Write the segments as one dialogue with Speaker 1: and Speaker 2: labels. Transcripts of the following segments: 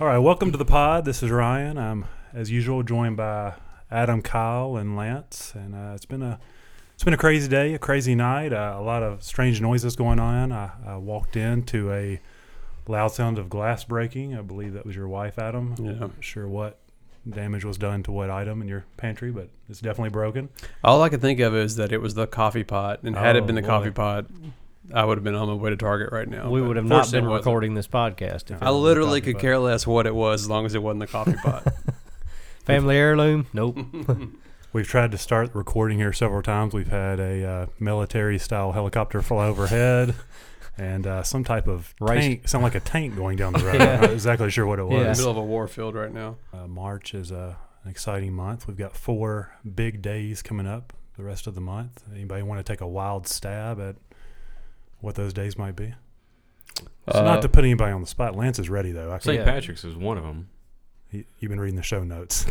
Speaker 1: All right, welcome to the pod. This is Ryan. I'm, as usual, joined by Adam, Kyle, and Lance. And uh, it's been a it's been a crazy day, a crazy night, uh, a lot of strange noises going on. I, I walked into a loud sound of glass breaking. I believe that was your wife, Adam. I'm
Speaker 2: Yeah.
Speaker 1: not sure what damage was done to what item in your pantry, but it's definitely broken.
Speaker 2: All I could think of is that it was the coffee pot, and had
Speaker 1: Oh,
Speaker 2: it been the
Speaker 1: boy.
Speaker 2: coffee pot, I would have been on my way to Target right now.
Speaker 3: we
Speaker 2: but
Speaker 3: would have not
Speaker 2: fortunately
Speaker 3: been
Speaker 2: it wasn't.
Speaker 3: recording this podcast. If
Speaker 2: I
Speaker 3: it was
Speaker 2: literally
Speaker 1: coffee
Speaker 2: could
Speaker 1: pot.
Speaker 2: care less what it was as long as it wasn't the coffee pot.
Speaker 3: family heirloom. Nope.
Speaker 1: We've tried to start recording here several times. We've had a uh, military-style helicopter fly overhead, and uh, some type of
Speaker 3: Race-
Speaker 1: tank, sound like a tank going down the road. I'm not exactly sure what it
Speaker 2: We're in the
Speaker 1: was.
Speaker 2: middle of a war field right now.
Speaker 1: Uh, March is a, an exciting month. We've got four big days coming up the rest of the month. Anybody want to take a wild stab at what those days might be? So not to put anybody on the spot. Lance is ready though. I can,
Speaker 4: St.
Speaker 3: Yeah.
Speaker 4: Patrick's is one of them.
Speaker 1: he, you've been reading the show notes.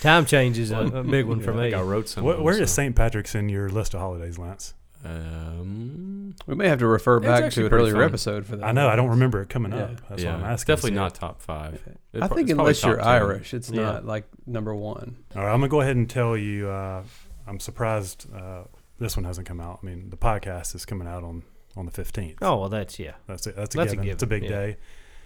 Speaker 3: Time change is a, a big one for
Speaker 4: I
Speaker 3: me.
Speaker 4: think I wrote some.
Speaker 1: Where,
Speaker 4: of 'em,
Speaker 1: where is
Speaker 4: so-
Speaker 1: St. Patrick's in your list of holidays, Lance?
Speaker 4: Um,
Speaker 2: we may have to refer
Speaker 4: It's
Speaker 2: back
Speaker 4: actually
Speaker 2: to an
Speaker 4: pretty
Speaker 2: earlier
Speaker 4: fun.
Speaker 2: episode for that.
Speaker 1: I know I don't remember it coming
Speaker 2: Yeah.
Speaker 1: up. That's
Speaker 4: yeah,
Speaker 1: why I'm
Speaker 4: it's
Speaker 1: asking.
Speaker 4: definitely
Speaker 1: so-
Speaker 4: not top five. It
Speaker 2: I
Speaker 4: pro-
Speaker 2: think
Speaker 4: it's probably
Speaker 2: unless you're
Speaker 4: top 10.
Speaker 2: Irish, it's
Speaker 3: Yeah.
Speaker 2: not like number one.
Speaker 1: All right, I'm gonna go ahead and tell you. Uh, I'm surprised uh, this one hasn't come out. I mean, the podcast is coming out on on the 15th.
Speaker 3: Oh well, that's yeah.
Speaker 1: that's a, that's a
Speaker 3: That's a
Speaker 1: given. It's a
Speaker 3: given,
Speaker 1: big
Speaker 3: yeah.
Speaker 1: day.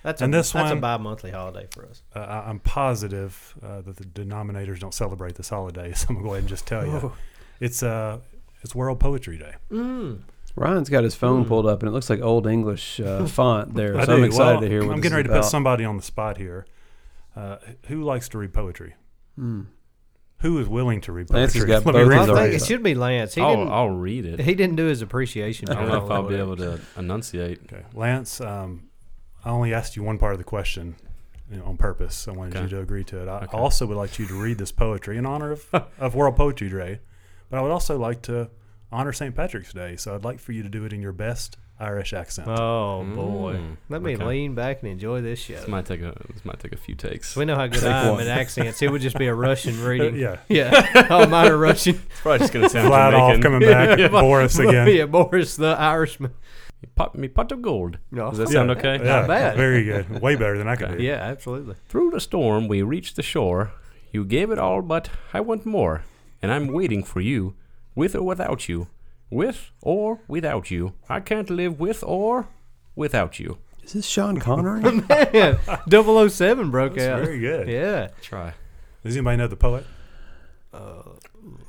Speaker 3: That's
Speaker 1: And
Speaker 3: a,
Speaker 1: this
Speaker 3: that's
Speaker 1: one-
Speaker 3: a bi-monthly holiday for us.
Speaker 1: Uh, I- I'm positive uh, that the denominators don't celebrate this holiday, so I'm gonna go ahead and just tell
Speaker 3: Oh.
Speaker 1: you, it's uh, it's World Poetry Day.
Speaker 3: Mm.
Speaker 2: Ryan's got his phone
Speaker 3: Hmm.
Speaker 2: pulled up, and it looks like old English uh, font there.
Speaker 1: I
Speaker 2: So I'm
Speaker 1: do.
Speaker 2: excited
Speaker 1: Well,
Speaker 2: to hear what
Speaker 1: I'm
Speaker 2: this
Speaker 1: getting
Speaker 2: is
Speaker 1: ready to
Speaker 2: about.
Speaker 1: put somebody on the spot here. Uh, who likes to read poetry?
Speaker 2: Hmm.
Speaker 1: Who is willing to read
Speaker 2: Lance
Speaker 1: poetry?
Speaker 2: has got
Speaker 1: Let me
Speaker 2: both
Speaker 3: I
Speaker 1: rephrase
Speaker 2: of those.
Speaker 3: think it
Speaker 1: that.
Speaker 3: should be Lance. He
Speaker 4: I'll,
Speaker 3: didn't.
Speaker 4: I'll read it.
Speaker 3: he didn't do his appreciation.
Speaker 4: I don't know if
Speaker 3: job.
Speaker 4: I'll be able to enunciate.
Speaker 1: Okay, Lance. Um, I only asked you one part of the question you know, on purpose. I wanted
Speaker 4: Okay.
Speaker 1: you to agree to it. I
Speaker 4: Okay.
Speaker 1: also would like you to read this poetry in honor of, of World Poetry Day, but I would also like to honor St. Patrick's Day. So I'd like for you to do it in your best Irish accent.
Speaker 3: Oh boy,
Speaker 4: Mm,
Speaker 3: let me
Speaker 4: okay.
Speaker 3: lean back and enjoy this show.
Speaker 4: This might take a this might take a few takes.
Speaker 3: We know how good
Speaker 2: Take
Speaker 3: I am
Speaker 2: one.
Speaker 3: at accents. It would just be a Russian
Speaker 1: Uh,
Speaker 3: reading.
Speaker 1: yeah,
Speaker 3: yeah, Oh, all mine are Russian.
Speaker 4: It's probably just gonna sound
Speaker 1: flat off
Speaker 4: Jamaican.
Speaker 1: coming back, Boris again.
Speaker 3: yeah, Boris the Irishman.
Speaker 4: Pot, me pot of gold.
Speaker 3: No.
Speaker 4: Does that
Speaker 1: Yeah.
Speaker 4: sound okay?
Speaker 1: Yeah,
Speaker 3: bad.
Speaker 1: Very good. Way better than I could
Speaker 4: Okay.
Speaker 1: do.
Speaker 3: Yeah, absolutely.
Speaker 4: Through the storm, we reached the shore. You gave it all, but I want more, and I'm waiting for you, with or without you, with or without you. I can't live with or without you.
Speaker 2: Is this Sean Connery?
Speaker 3: Man, 007 broke
Speaker 1: That's
Speaker 3: out.
Speaker 1: very good.
Speaker 3: Yeah.
Speaker 4: Try.
Speaker 1: Does anybody know the poet?
Speaker 3: uh,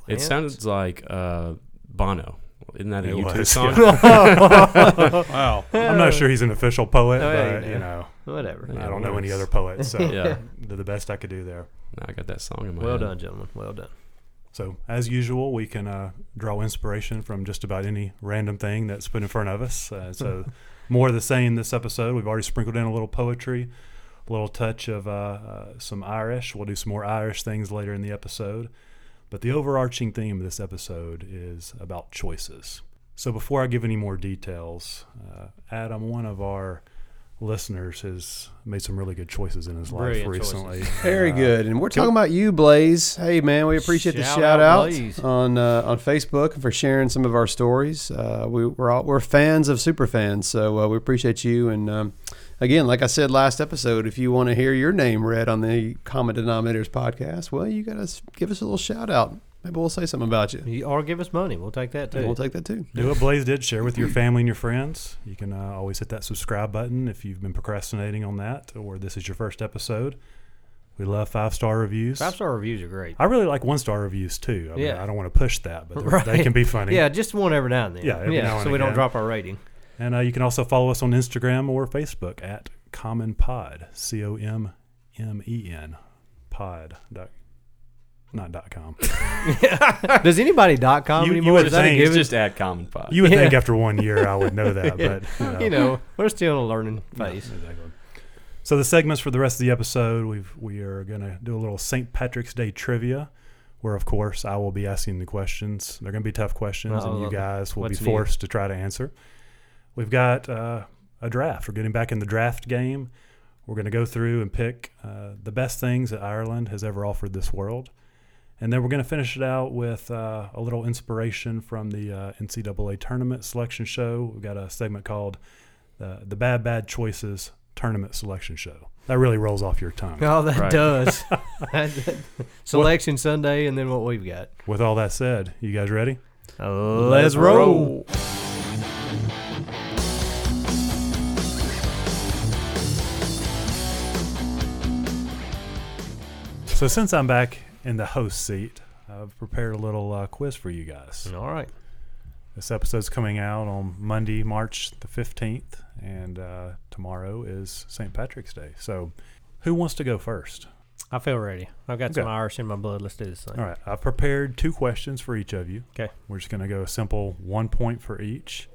Speaker 4: It
Speaker 3: Yeah.
Speaker 4: sounds like uh, Bono. Isn't that a
Speaker 1: It
Speaker 4: U2
Speaker 1: was,
Speaker 4: song?
Speaker 1: Wow. I'm not sure he's an official poet,
Speaker 3: Oh, yeah,
Speaker 1: but
Speaker 3: you
Speaker 1: you
Speaker 3: know.
Speaker 1: know,
Speaker 3: Whatever.
Speaker 4: Yeah,
Speaker 1: I don't know
Speaker 4: words.
Speaker 1: any other poets, so
Speaker 4: Yeah.
Speaker 1: did the best I could do there.
Speaker 4: Now I got that song in my
Speaker 3: Well
Speaker 4: head.
Speaker 3: done, gentlemen. Well done.
Speaker 1: So, as usual, we can uh, draw inspiration from just about any random thing that's put in front of us. Uh, so, more of the same this episode. We've already sprinkled in a little poetry, a little touch of uh, uh, some Irish. We'll do some more Irish things later in the episode. But the overarching theme of this episode is about choices. So, before I give any more details, uh, Adam, one of our listeners, has made some really good choices in his life
Speaker 3: Brilliant
Speaker 1: recently.
Speaker 2: Very
Speaker 1: Uh,
Speaker 2: good. And we're
Speaker 1: can we-
Speaker 2: talking about you, Blaze. Hey, man, we appreciate the
Speaker 3: Shout
Speaker 2: shout
Speaker 3: out,
Speaker 2: out,
Speaker 3: Blaze.
Speaker 2: on uh, on Facebook and for sharing some of our stories. Uh, we, we're all, we're fans of super fans, so uh, we appreciate you. And um, again, like I said last episode, if you want to hear your name read on the Common Denominators podcast, well, you got to give us a little shout out. Maybe we'll say something about you.
Speaker 3: You- Or give us money. We'll take that
Speaker 2: And
Speaker 3: too.
Speaker 2: we'll take that too.
Speaker 1: Do what Blaze did. Share with your family and your friends. You can uh, always hit that subscribe button if you've been procrastinating on that, or this is your first episode. We love five star reviews.
Speaker 3: Five star reviews are great.
Speaker 1: I really like one star reviews too. I mean,
Speaker 3: Yeah.
Speaker 1: I don't want to push that, but they're-
Speaker 3: Right.
Speaker 1: they can be funny.
Speaker 3: Yeah, just one every now and then.
Speaker 1: Yeah, every now and
Speaker 3: so we don't
Speaker 1: again.
Speaker 3: drop our rating.
Speaker 1: And uh, you can also follow us on Instagram or Facebook at Common Pod. C O M M E N Pod. Dot, not dot com.
Speaker 3: Does anybody dot com
Speaker 1: You- you
Speaker 3: anymore?
Speaker 1: would
Speaker 3: Is that a
Speaker 1: think it's
Speaker 3: given?
Speaker 4: just at Common Pod.
Speaker 1: You would
Speaker 3: Yeah.
Speaker 1: think after one year I would know that,
Speaker 3: Yeah.
Speaker 1: but you know.
Speaker 3: you know, we're still in a learning
Speaker 1: Yeah,
Speaker 3: phase.
Speaker 1: exactly. So the segments for the rest of the episode, we've we are gonna do a little St. Patrick's Day trivia, where of course I will be asking the questions. They're gonna be tough questions,
Speaker 3: Oh,
Speaker 1: and you
Speaker 3: lovely.
Speaker 1: guys will
Speaker 3: What's
Speaker 1: be
Speaker 3: new?
Speaker 1: forced to try to answer. We've got uh, a draft. We're getting back in the draft game. We're gonna go through and pick uh, the best things that Ireland has ever offered this world, and then we're gonna finish it out with uh, a little inspiration from the uh, NCAA tournament selection show. We've got a segment called uh, the Bad Bad Choices Tournament Selection Show. That really rolls off your tongue.
Speaker 3: Oh, that
Speaker 4: Right.
Speaker 3: does. Selection Sunday, and then what we've got.
Speaker 1: With all that said, you guys ready? Uh,
Speaker 3: Let's
Speaker 1: So since I'm back in the host seat, I've prepared a little uh, quiz for you guys.
Speaker 3: All right.
Speaker 1: This episode's coming out on Monday, March the 15th, and uh, tomorrow is St. Patrick's Day. So who wants to go first?
Speaker 3: I feel ready. I've got
Speaker 1: Okay.
Speaker 3: some Irish in my blood. Let's do this thing.
Speaker 1: All right, I've prepared two questions for each of you.
Speaker 3: 'Kay.
Speaker 1: We're just going to go a simple one point for each.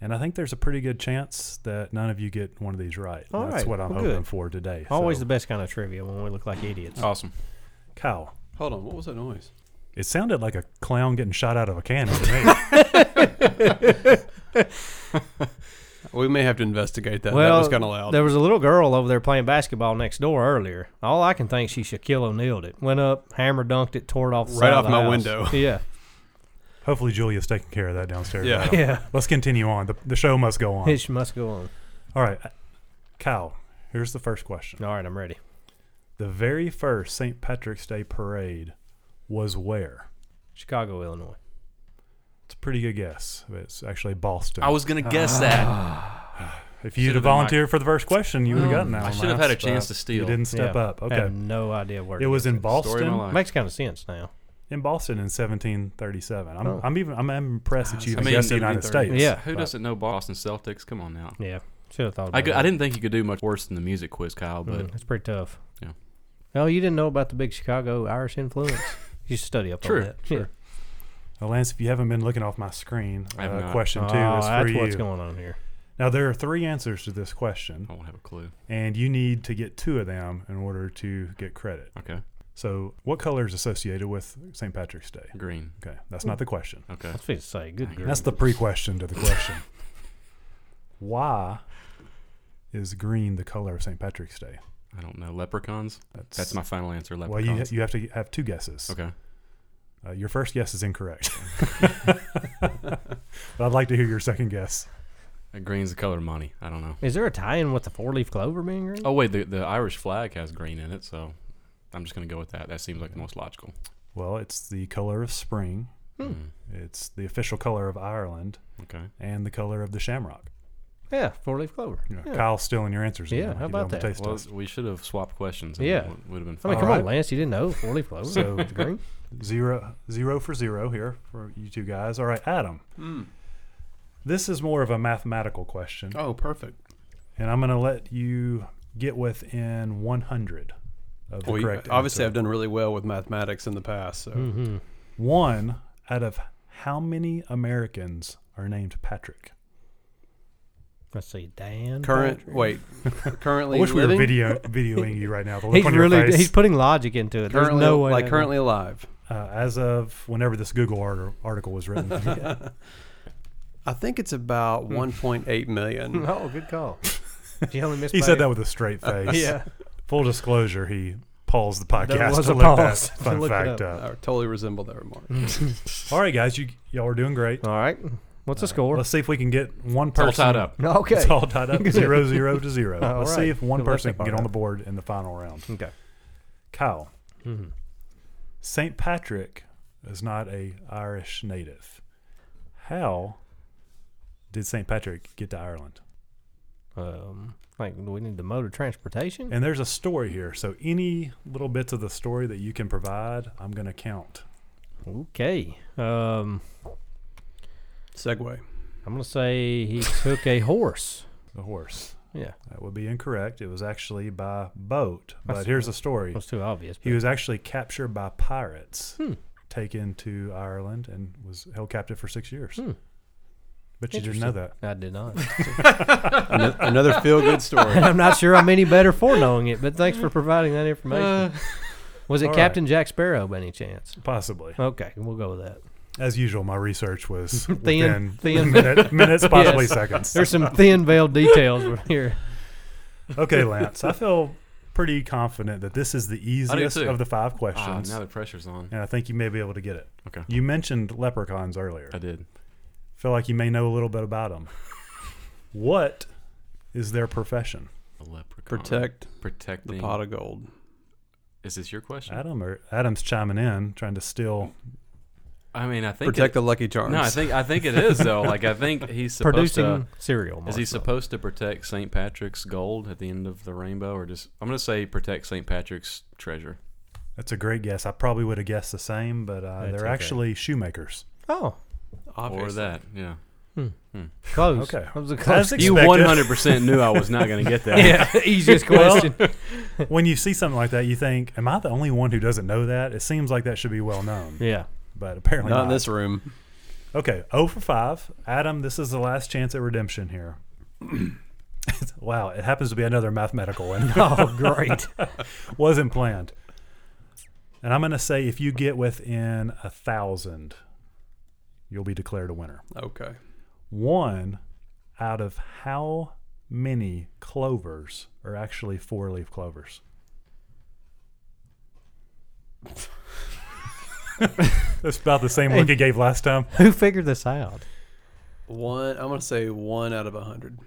Speaker 1: And I think there's a pretty good chance that none of you get one of these right.
Speaker 3: All
Speaker 1: That's
Speaker 3: right,
Speaker 1: what I'm
Speaker 3: well,
Speaker 1: hoping
Speaker 3: good.
Speaker 1: for today.
Speaker 3: Always
Speaker 1: So,
Speaker 3: the best kind of trivia when we look like idiots.
Speaker 4: Awesome.
Speaker 1: Kyle,
Speaker 2: Hold on, what was that noise?
Speaker 1: it sounded like a clown getting shot out of a cannon to me.
Speaker 2: We may have to investigate that. that
Speaker 3: Well,
Speaker 2: was kind of
Speaker 1: Oh,
Speaker 2: loud.
Speaker 3: There was a little girl over there playing basketball next door earlier. All I can think she Shaquille O'Neal'd it. Went up, hammer dunked it, tore it off the
Speaker 2: Right
Speaker 3: side
Speaker 2: off
Speaker 3: of the
Speaker 2: my
Speaker 3: house.
Speaker 2: window.
Speaker 3: Yeah,
Speaker 1: Hopefully, Julia's taking care of that downstairs.
Speaker 2: Yeah.
Speaker 1: Adam.
Speaker 3: yeah.
Speaker 1: Let's continue on. The, the show must go on.
Speaker 3: It must go on.
Speaker 1: All right, Kyle, here's the first question.
Speaker 3: All right, I'm ready.
Speaker 1: The very first St. Patrick's Day parade was where?
Speaker 3: Chicago, Illinois.
Speaker 1: It's a pretty good guess. It's actually Boston.
Speaker 5: I was gonna
Speaker 1: Ah.
Speaker 5: guess that.
Speaker 1: if you'd
Speaker 5: Should've been my-
Speaker 1: have volunteered for the first question, you would have gotten that
Speaker 5: Oh, I
Speaker 1: one
Speaker 5: should have
Speaker 1: last,
Speaker 5: had a chance
Speaker 1: but
Speaker 5: to steal.
Speaker 1: You didn't step
Speaker 3: Yeah.
Speaker 1: up.
Speaker 3: I have
Speaker 1: Okay.
Speaker 3: no idea where
Speaker 1: It was
Speaker 4: Story
Speaker 1: in
Speaker 4: of my
Speaker 1: Boston.
Speaker 4: life.
Speaker 3: Makes kind of sense now.
Speaker 1: In Boston in 1737. I'm,
Speaker 3: Oh.
Speaker 1: I'm even. I'm impressed
Speaker 5: Ah,
Speaker 1: that you
Speaker 4: I
Speaker 1: even
Speaker 4: mean,
Speaker 1: guessed the
Speaker 4: it-
Speaker 1: United States.
Speaker 3: Yeah.
Speaker 4: Who doesn't know Boston Celtics? Come on now.
Speaker 3: Yeah, should have thought. About
Speaker 4: I, go-
Speaker 3: it.
Speaker 4: I didn't think you could do much worse than the music quiz, Kyle, but
Speaker 3: Mm, it's pretty tough.
Speaker 4: Yeah.
Speaker 3: No, you didn't know about the big Chicago Irish influence. you should study up
Speaker 4: True,
Speaker 3: on that.
Speaker 4: true.
Speaker 3: Yeah.
Speaker 1: Now, Lance, if you haven't been looking off my screen,
Speaker 4: I have
Speaker 1: uh,
Speaker 4: not.
Speaker 1: question two
Speaker 3: Oh,
Speaker 1: is for
Speaker 3: that's
Speaker 1: you.
Speaker 3: what's going on here.
Speaker 1: Now there are three answers to this question,
Speaker 4: I won't have a clue.
Speaker 1: and you need to get two of them in order to get credit.
Speaker 4: Okay.
Speaker 1: So, what color is associated with St. Patrick's Day?
Speaker 4: Green.
Speaker 1: Okay, that's
Speaker 3: Hmm.
Speaker 1: not the question.
Speaker 4: Okay.
Speaker 3: That's what to say. Good girl.
Speaker 1: That's the pre-question to the question. Why is green the color of St. Patrick's Day?
Speaker 4: I don't know. Leprechauns?
Speaker 1: That's,
Speaker 4: That's my final answer.
Speaker 1: well. You
Speaker 4: Leprechauns.
Speaker 1: you have to have two guesses.
Speaker 4: okay.
Speaker 1: Uh, your first guess is incorrect, but I'd like to hear your second guess.
Speaker 4: Uh, Green's the color of money. I don't know.
Speaker 3: Is there a tie-in with the four-leaf clover being green?
Speaker 4: Oh, wait. The, the Irish flag has green in it, so I'm just going to go with that. That seems like the most logical.
Speaker 1: Well, it's the color of spring.
Speaker 3: Hmm.
Speaker 4: Mm.
Speaker 1: It's the official color of Ireland
Speaker 4: Okay.
Speaker 1: and the color of the shamrock.
Speaker 3: Yeah, four-leaf clover.
Speaker 1: You know,
Speaker 3: Yeah.
Speaker 1: Kyle's stealing your answers.
Speaker 3: Yeah,
Speaker 1: again,
Speaker 3: how
Speaker 1: you don't
Speaker 3: about
Speaker 1: have a
Speaker 3: that?
Speaker 1: taste
Speaker 4: Well,
Speaker 1: test.
Speaker 4: we should have swapped questions.
Speaker 3: Yeah.
Speaker 4: Would have been
Speaker 3: I
Speaker 4: fun.
Speaker 3: mean, come
Speaker 1: Alright.
Speaker 3: on, Lance. You didn't know four-leaf clover
Speaker 1: So-
Speaker 3: was green.
Speaker 1: Zero, zero for zero here for you two guys. All right, Adam.
Speaker 2: Hmm.
Speaker 1: This is more of a mathematical question,
Speaker 2: Oh, perfect.
Speaker 1: and I'm going to let you get within 100 of the
Speaker 2: Well, you-
Speaker 1: correct.
Speaker 2: obviously, I've
Speaker 1: answer.
Speaker 2: done really well with mathematics in the past. So
Speaker 3: Mm-hmm.
Speaker 1: one out of how many Americans are named Patrick?
Speaker 3: Let's see, Dan.
Speaker 2: current,
Speaker 3: Patrick.
Speaker 2: wait, currently
Speaker 1: I wish we were
Speaker 2: living,
Speaker 1: video videoing you right now. The look
Speaker 3: He's
Speaker 1: on your
Speaker 3: really
Speaker 1: face.
Speaker 3: he's putting logic into it. There's
Speaker 2: currently
Speaker 3: no way.
Speaker 2: like
Speaker 3: that-
Speaker 2: currently alive.
Speaker 1: uh, as of whenever this Google art- article was written.
Speaker 2: I think it's about 1.8 million.
Speaker 3: Oh, good call. You only missed.
Speaker 1: he
Speaker 3: by-
Speaker 1: said that with a straight face.
Speaker 3: Uh, Yeah.
Speaker 1: Full disclosure, he paused the
Speaker 3: There
Speaker 1: podcast
Speaker 3: was
Speaker 1: to
Speaker 3: a
Speaker 1: look that
Speaker 3: pause to
Speaker 1: fun
Speaker 3: look it
Speaker 1: fact
Speaker 2: I
Speaker 1: up.
Speaker 2: totally resemble that remark.
Speaker 1: All right, guys, you y'all are doing great.
Speaker 3: All right. What's the score?
Speaker 1: Let's see if we can get one
Speaker 4: It's
Speaker 1: person.
Speaker 4: all tied up.
Speaker 3: okay.
Speaker 1: It's all tied up. zero, zero to zero.
Speaker 3: All
Speaker 1: Let's see
Speaker 3: right.
Speaker 1: if one
Speaker 3: Well, that's
Speaker 1: person
Speaker 3: not
Speaker 1: can get
Speaker 3: bad.
Speaker 1: on the board in the final round.
Speaker 3: Okay.
Speaker 1: Kyle,
Speaker 3: Mm-hmm.
Speaker 1: St. Patrick is not a Irish native. How did St. Patrick get to Ireland?
Speaker 3: Um, like do we need the mode of transportation?
Speaker 1: And there's a story here, so any little bits of the story that you can provide, I'm going to count.
Speaker 3: Okay. Um,
Speaker 2: Segway.
Speaker 3: I'm gonna say he took a horse.
Speaker 1: The horse.
Speaker 3: Yeah,
Speaker 1: That would be incorrect. It was actually by boat. But
Speaker 3: That's-
Speaker 1: here's the story.
Speaker 3: that's too obvious.
Speaker 1: He
Speaker 3: but-
Speaker 1: was actually captured by pirates,
Speaker 3: Hmm.
Speaker 1: taken to Ireland, and was held captive for six years.
Speaker 3: Hmm.
Speaker 1: But you didn't know that.
Speaker 3: Interesting. I did not.
Speaker 2: Ano- Another feel good story.
Speaker 3: And I'm not sure I'm any better for knowing it, but thanks for providing that information. was
Speaker 1: all
Speaker 3: it
Speaker 1: right.
Speaker 3: Captain Jack Sparrow by any chance?
Speaker 1: Possibly.
Speaker 3: Okay, we'll go with that.
Speaker 1: As usual, my research was
Speaker 3: Thin-
Speaker 1: within
Speaker 3: thin-
Speaker 1: minute- minutes, possibly
Speaker 3: Yes.
Speaker 1: seconds.
Speaker 3: There's some thin veiled details right here.
Speaker 1: Okay, Lance, I feel pretty confident that this is the easiest
Speaker 4: too.
Speaker 1: of the five
Speaker 4: Ah,
Speaker 1: questions.
Speaker 4: now the pressure's on.
Speaker 1: and I think you may be able to get it.
Speaker 4: Okay.
Speaker 1: You mentioned leprechauns earlier.
Speaker 3: Uh,
Speaker 4: I did.
Speaker 1: feel like you may know a little bit about them. what is their profession?
Speaker 4: a leprechaun?
Speaker 2: Protect the
Speaker 4: Protecting.
Speaker 2: pot of gold.
Speaker 4: Is this your
Speaker 3: Uh,
Speaker 4: question?
Speaker 1: Adam or Adam's chiming in, trying to steal.
Speaker 4: I mean, I think.
Speaker 2: Protect
Speaker 4: it,
Speaker 2: the Lucky Charms.
Speaker 4: No, I think I think it is though. Like I think he's supposed
Speaker 3: Producing
Speaker 4: to.
Speaker 3: cereal.
Speaker 4: Is he
Speaker 3: Marshall.
Speaker 4: supposed to protect St. Patrick's gold at the end of the rainbow, or just? I'm going to say protect St. Patrick's treasure.
Speaker 1: That's a great guess. I probably would have guessed the same, but uh,
Speaker 3: That's
Speaker 1: they're
Speaker 3: okay.
Speaker 1: actually shoemakers.
Speaker 3: Oh,
Speaker 4: Or that, yeah.
Speaker 3: close.
Speaker 1: Okay.
Speaker 3: That was a close.
Speaker 1: That's
Speaker 4: You
Speaker 1: expected.
Speaker 4: 100% knew I was not going to get that.
Speaker 3: yeah, easiest
Speaker 1: Well,
Speaker 3: question.
Speaker 1: when you see something like that, you think, "Am I the only one who doesn't know that?" It seems like that should be well known,
Speaker 3: yeah.
Speaker 1: but apparently
Speaker 2: not in this room.
Speaker 1: Okay, 0 for 5. Adam, this is the last chance at redemption here. wow, it happens to be another mathematical one.
Speaker 3: Oh, great.
Speaker 1: Wasn't planned. And I'm going to say if you get within a thousand, you'll be declared a winner.
Speaker 2: Okay.
Speaker 1: One out of how many clovers are actually four leaf clovers? That's about the same look he gave last time.
Speaker 3: Who figured this out?
Speaker 2: One. I'm gonna say one out of a hundred.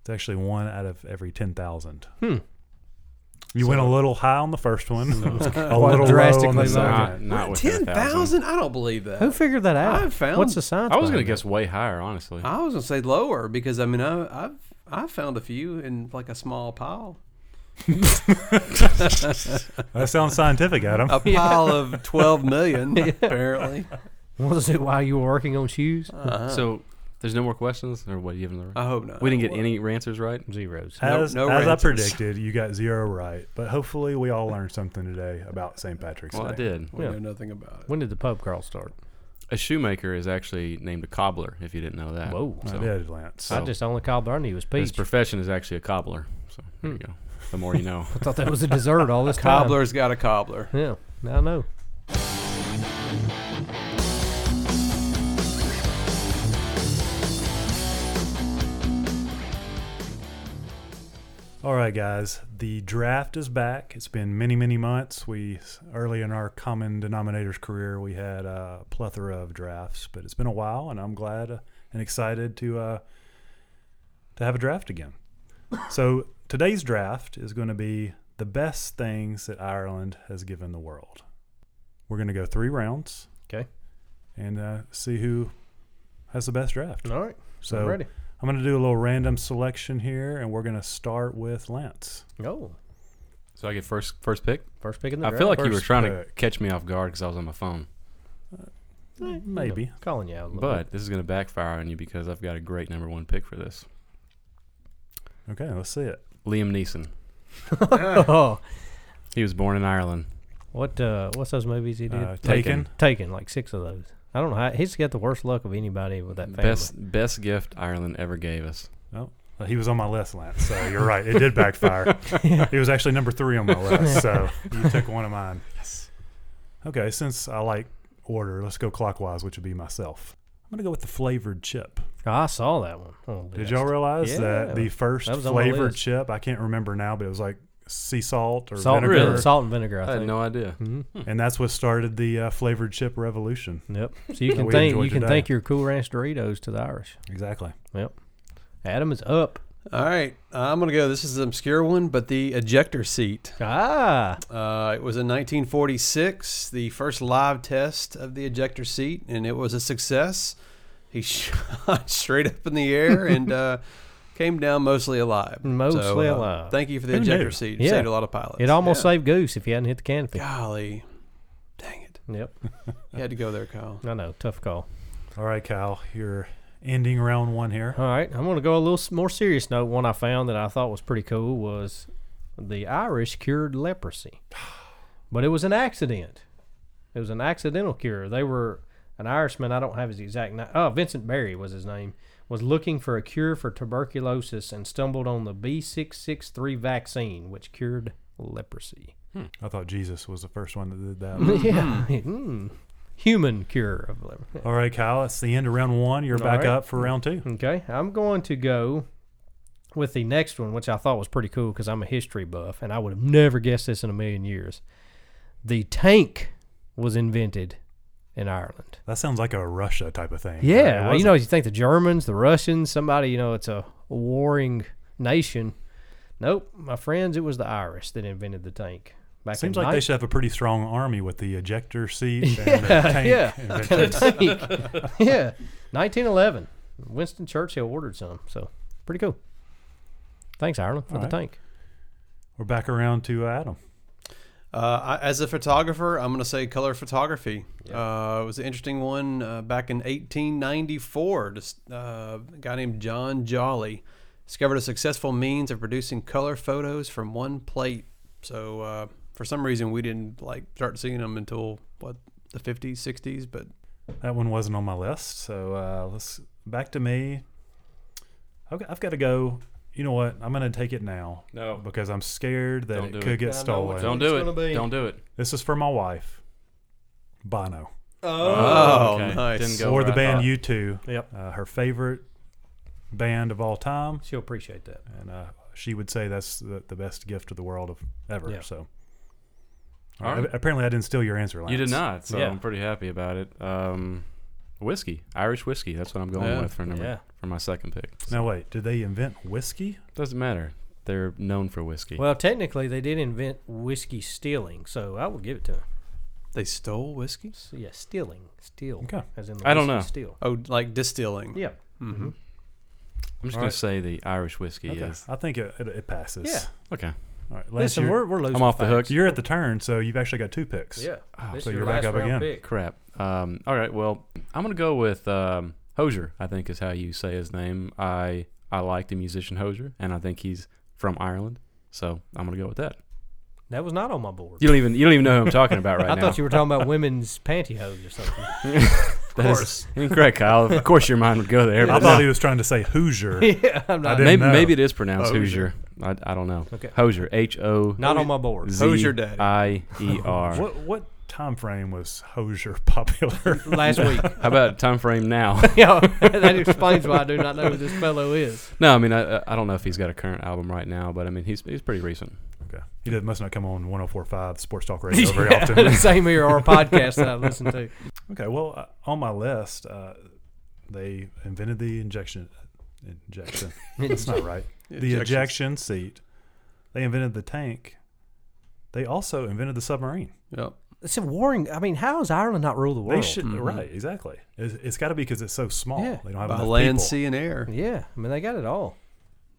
Speaker 1: It's actually one out of every 10,000. Hmm. You went a little high on the first one, a little drastically on the
Speaker 3: drastically low.
Speaker 1: second.
Speaker 4: Not, not with
Speaker 2: Ten
Speaker 4: 10,000.
Speaker 2: thousand? I don't believe that.
Speaker 3: Who figured that out?
Speaker 2: I found-
Speaker 3: What's the science?
Speaker 4: I was going to
Speaker 3: behind
Speaker 4: guess way higher, honestly.
Speaker 2: I was gonna say lower because I mean I I've I found a few in like a small pile,
Speaker 1: That sounds scientific, Adam.
Speaker 2: a pile of twelve million apparently.
Speaker 3: it? Was it while you were working on shoes?
Speaker 2: Uh-huh.
Speaker 4: So, there's no more questions, or what? You have another?
Speaker 2: I hope not.
Speaker 4: we didn't get any answers right.
Speaker 3: Zeros.
Speaker 2: no-
Speaker 1: As,
Speaker 2: no
Speaker 1: as I
Speaker 2: ranges.
Speaker 1: predicted, you got zero right, but hopefully we all learned something today about St. Patrick's
Speaker 4: Well,
Speaker 1: Day.
Speaker 4: I did.
Speaker 2: We
Speaker 3: Yeah.
Speaker 2: know nothing about it.
Speaker 3: When did the pub crawl start?
Speaker 4: A shoemaker is actually named a cobbler, if you didn't know that.
Speaker 3: Whoa.
Speaker 1: I
Speaker 4: So,
Speaker 1: did, Lance.
Speaker 3: I just only cobbler I knew was
Speaker 4: His
Speaker 3: peach.
Speaker 4: profession is actually a cobbler. So, there you go. The more you know.
Speaker 3: I thought that was a dessert all this time.
Speaker 2: Cobbler's got a cobbler.
Speaker 3: Yeah, I know.
Speaker 1: All right, guys. The draft is back. It's been many, many months. We early in our common denominator's career, we had a plethora of drafts, but it's been a while, and I'm glad and excited to uh, to have a draft again. So today's draft is going to be the best things that Ireland has given the world. We're going to go three rounds.
Speaker 3: Okay.
Speaker 1: And uh, see who has the best draft.
Speaker 3: All right.
Speaker 1: So
Speaker 3: I'm ready.
Speaker 1: I'm going to do a little random selection here, and we're going to start with Lance.
Speaker 3: Oh,
Speaker 4: So, I get first first pick?
Speaker 3: first pick in the
Speaker 4: I
Speaker 3: draft.
Speaker 4: feel like you were
Speaker 1: first
Speaker 4: trying to
Speaker 1: pick.
Speaker 4: catch me off guard because I was on my phone.
Speaker 3: Eh, you know,
Speaker 1: Maybe.
Speaker 3: calling you out. A little bit.
Speaker 4: But this is going to backfire on you because I've got a great number one pick for this
Speaker 1: Okay, let's see it.
Speaker 4: Liam Neeson.
Speaker 3: oh,
Speaker 4: He was born in Ireland.
Speaker 3: what uh, what's those movies he did?
Speaker 1: Uh, Taken.
Speaker 3: Taken like six of those. I don't know. How, he's got the worst luck of anybody with that family.
Speaker 4: Best best gift Ireland ever gave us.
Speaker 1: Oh, well, he was on my list, Lance. So you're right. It did backfire. He was actually number three on my list. So you took one of mine. Okay, since I like order, let's go clockwise, which would be myself. I'm going to go with the flavored chip.
Speaker 3: I saw that one. Oh, on the
Speaker 1: Did
Speaker 3: list.
Speaker 1: y'all realize
Speaker 3: Yeah.
Speaker 1: that the first
Speaker 3: That was on my
Speaker 1: flavored
Speaker 3: list.
Speaker 1: chip, I can't remember now, but it was like sea salt or
Speaker 3: salt,
Speaker 1: vinegar.
Speaker 3: and, salt and vinegar? I,
Speaker 4: I,
Speaker 3: think. Hmm?
Speaker 4: had no idea.
Speaker 1: And that's what started the uh, flavored chip revolution.
Speaker 3: Yep. So you can
Speaker 1: we
Speaker 3: thank
Speaker 1: enjoyed
Speaker 3: you can
Speaker 1: today.
Speaker 3: thank your Cool Ranch Doritos to the Irish.
Speaker 1: Exactly.
Speaker 3: Yep. Adam is up.
Speaker 2: All right, I'm gonna go. This is an obscure one, but the ejector seat.
Speaker 3: Ah,
Speaker 2: Uh, it was in 1946, the first live test of the ejector seat, and it was a success. He shot straight up in the air and uh, came down mostly alive. So,
Speaker 3: Mostly
Speaker 2: uh,
Speaker 3: alive.
Speaker 2: Thank you for the
Speaker 1: Who
Speaker 2: ejector
Speaker 1: knew?
Speaker 2: seat.
Speaker 3: Yeah.
Speaker 2: Saved a lot of pilots.
Speaker 3: it almost
Speaker 2: Yeah.
Speaker 3: saved Goose if he hadn't hit the canopy.
Speaker 2: Golly, dang it!
Speaker 3: Yep.
Speaker 2: You had to go there, Kyle.
Speaker 3: I know. Tough call.
Speaker 1: All right, Kyle, you're ending round one here.
Speaker 3: All right, I'm going to go a little s- more serious note. One I found that I thought was pretty cool was the Irish cured leprosy, but it was an accident. It was an accidental cure. They were an Irishman. I don't have his exact name. Oh, Vincent Barry was his name. Was looking for a cure for tuberculosis and stumbled on the B663 vaccine, which cured leprosy.
Speaker 1: I thought Jesus was the first one that did that.
Speaker 3: Yeah, Mm. human cure of leprosy.
Speaker 1: All right, Kyle, it's the end of round one. You're
Speaker 3: All
Speaker 1: back
Speaker 3: right.
Speaker 1: up for round two.
Speaker 3: Okay, I'm going to go with the next one, which I thought was pretty cool because I'm a history buff and I would have never guessed this in a million years. The tank was invented in Ireland. Uh,
Speaker 1: That sounds like a Russia type of thing.
Speaker 3: Yeah,
Speaker 1: Right? It
Speaker 3: you know, you think the Germans, the Russians, somebody, you know, it's a warring nation. Nope, my friends, it was the Irish that invented the tank. Back
Speaker 1: Seems
Speaker 3: in
Speaker 1: like they
Speaker 3: nine-
Speaker 1: should have a pretty strong army with the ejector seat and the
Speaker 3: Yeah,
Speaker 1: tank.
Speaker 3: yeah,
Speaker 1: and
Speaker 3: and a
Speaker 1: ventricles.
Speaker 3: tank. yeah, 1911. Winston Churchill ordered some, so pretty cool. Thanks, Ireland, for
Speaker 1: All
Speaker 3: the
Speaker 1: right.
Speaker 3: tank.
Speaker 1: We're back around to uh, Adam.
Speaker 2: Uh, I, as a photographer, I'm going to say color photography. Uh, it was an interesting one uh, back in 1894. This, uh, a guy named John Jolly discovered a successful means of producing color photos from one plate. So uh, for some reason, we didn't like start seeing them until what the 50s, 60s. But
Speaker 1: That one wasn't on my list, so uh, let's back to me. I've got, I've got to go. You know what? I'm going to take it now
Speaker 4: No.
Speaker 1: because I'm scared that
Speaker 4: Don't
Speaker 1: it
Speaker 4: do
Speaker 1: could
Speaker 4: it.
Speaker 1: get
Speaker 3: I know what
Speaker 1: stolen.
Speaker 4: Don't
Speaker 3: It's
Speaker 4: do
Speaker 3: gonna be-
Speaker 4: it. Don't do it.
Speaker 1: This is for my wife, Bono,
Speaker 2: Oh, nice.
Speaker 4: Didn't go
Speaker 1: or
Speaker 4: where
Speaker 1: the
Speaker 4: I
Speaker 1: band
Speaker 4: thought.
Speaker 1: U2.
Speaker 3: Yep.
Speaker 1: Uh, her favorite band of all time,
Speaker 3: She'll appreciate that.
Speaker 1: and uh, she would say that's the, the best gift of the world of ever.
Speaker 3: Yeah.
Speaker 1: So,
Speaker 4: All right.
Speaker 1: A- apparently, I didn't steal your answer. Lance.
Speaker 4: You did not, so
Speaker 3: Yeah.
Speaker 4: I'm pretty happy about it. Um, whiskey, Irish whiskey. That's what I'm going
Speaker 2: Yeah.
Speaker 4: with for number
Speaker 3: Yeah.
Speaker 4: for my second pick.
Speaker 1: Now wait, did they invent whiskey?
Speaker 4: Doesn't matter. They're known for whiskey.
Speaker 3: Well, technically, they did invent whiskey stealing, so I would give it to them.
Speaker 2: they stole whiskey?
Speaker 3: So, yeah, stealing, steal,
Speaker 1: Okay.
Speaker 3: as in the
Speaker 4: I don't
Speaker 3: whiskey
Speaker 4: know.
Speaker 3: steal.
Speaker 2: Oh, like distilling.
Speaker 3: Yeah,
Speaker 4: Mm-hmm. I'm just
Speaker 1: all
Speaker 4: gonna
Speaker 1: right.
Speaker 4: say the Irish whiskey
Speaker 1: Okay.
Speaker 4: is
Speaker 1: I think it, it, it passes.
Speaker 3: Yeah.
Speaker 4: okay.
Speaker 1: All right, Lance,
Speaker 3: listen,
Speaker 1: you're-
Speaker 3: we're, we're losing.
Speaker 4: I'm off the hook.
Speaker 3: facts.
Speaker 1: You're at the turn, so you've actually got two picks.
Speaker 3: Yeah,
Speaker 4: Oh,
Speaker 3: this
Speaker 1: so
Speaker 3: is your
Speaker 1: you're back up
Speaker 3: last round
Speaker 1: again.
Speaker 3: pick.
Speaker 4: Crap. Um, all right. Well, I'm gonna go with um, Hosier. I think is how you say his name. I I like the musician Hosier, and I think he's from Ireland. So I'm gonna go with that.
Speaker 3: That was not on my board.
Speaker 4: You don't even you don't even know who I'm talking about right
Speaker 3: I
Speaker 4: now.
Speaker 3: thought you were talking about women's pantyhose or something.
Speaker 2: Of
Speaker 4: That is
Speaker 2: course.
Speaker 4: incorrect, Kyle. Of course, your mind would go there.
Speaker 1: I
Speaker 4: but
Speaker 1: thought
Speaker 4: no.
Speaker 1: he was trying to say Hoosier.
Speaker 3: yeah, I'm not.
Speaker 1: didn't
Speaker 4: maybe,
Speaker 1: know.
Speaker 4: maybe it is pronounced
Speaker 2: Hosier.
Speaker 4: Hoosier. I, I don't know.
Speaker 3: Okay.
Speaker 4: Hosier. H O
Speaker 3: Not on my board.
Speaker 4: Z
Speaker 2: Hosier daddy.
Speaker 4: I E R. How
Speaker 1: What what time frame was Hosier popular?
Speaker 3: Last week.
Speaker 4: about time frame now?
Speaker 3: yeah, that explains why I do not know who this fellow is.
Speaker 4: no, I mean I, I don't know if he's got a current album right now, but I mean he's he's pretty recent.
Speaker 1: okay. He did, must not come on 104.5 Sports Talk Radio very
Speaker 3: Yeah,
Speaker 1: often.
Speaker 3: the same here or podcast that I listen to.
Speaker 1: Okay, well, uh, on my list, uh, they invented the injection. uh, Injection. That's not right. the
Speaker 2: Ejections.
Speaker 1: ejection seat. They invented the tank. They also invented the submarine.
Speaker 2: Yep.
Speaker 3: It's a warring. I mean, how is Ireland not rule the world?
Speaker 1: They should right exactly. It's, it's got to be because it's so small.
Speaker 3: Mm-hmm. Yeah.
Speaker 1: They don't have
Speaker 2: By
Speaker 1: enough
Speaker 2: land,
Speaker 1: people.
Speaker 2: sea, and air.
Speaker 3: Yeah, I mean, they got it all.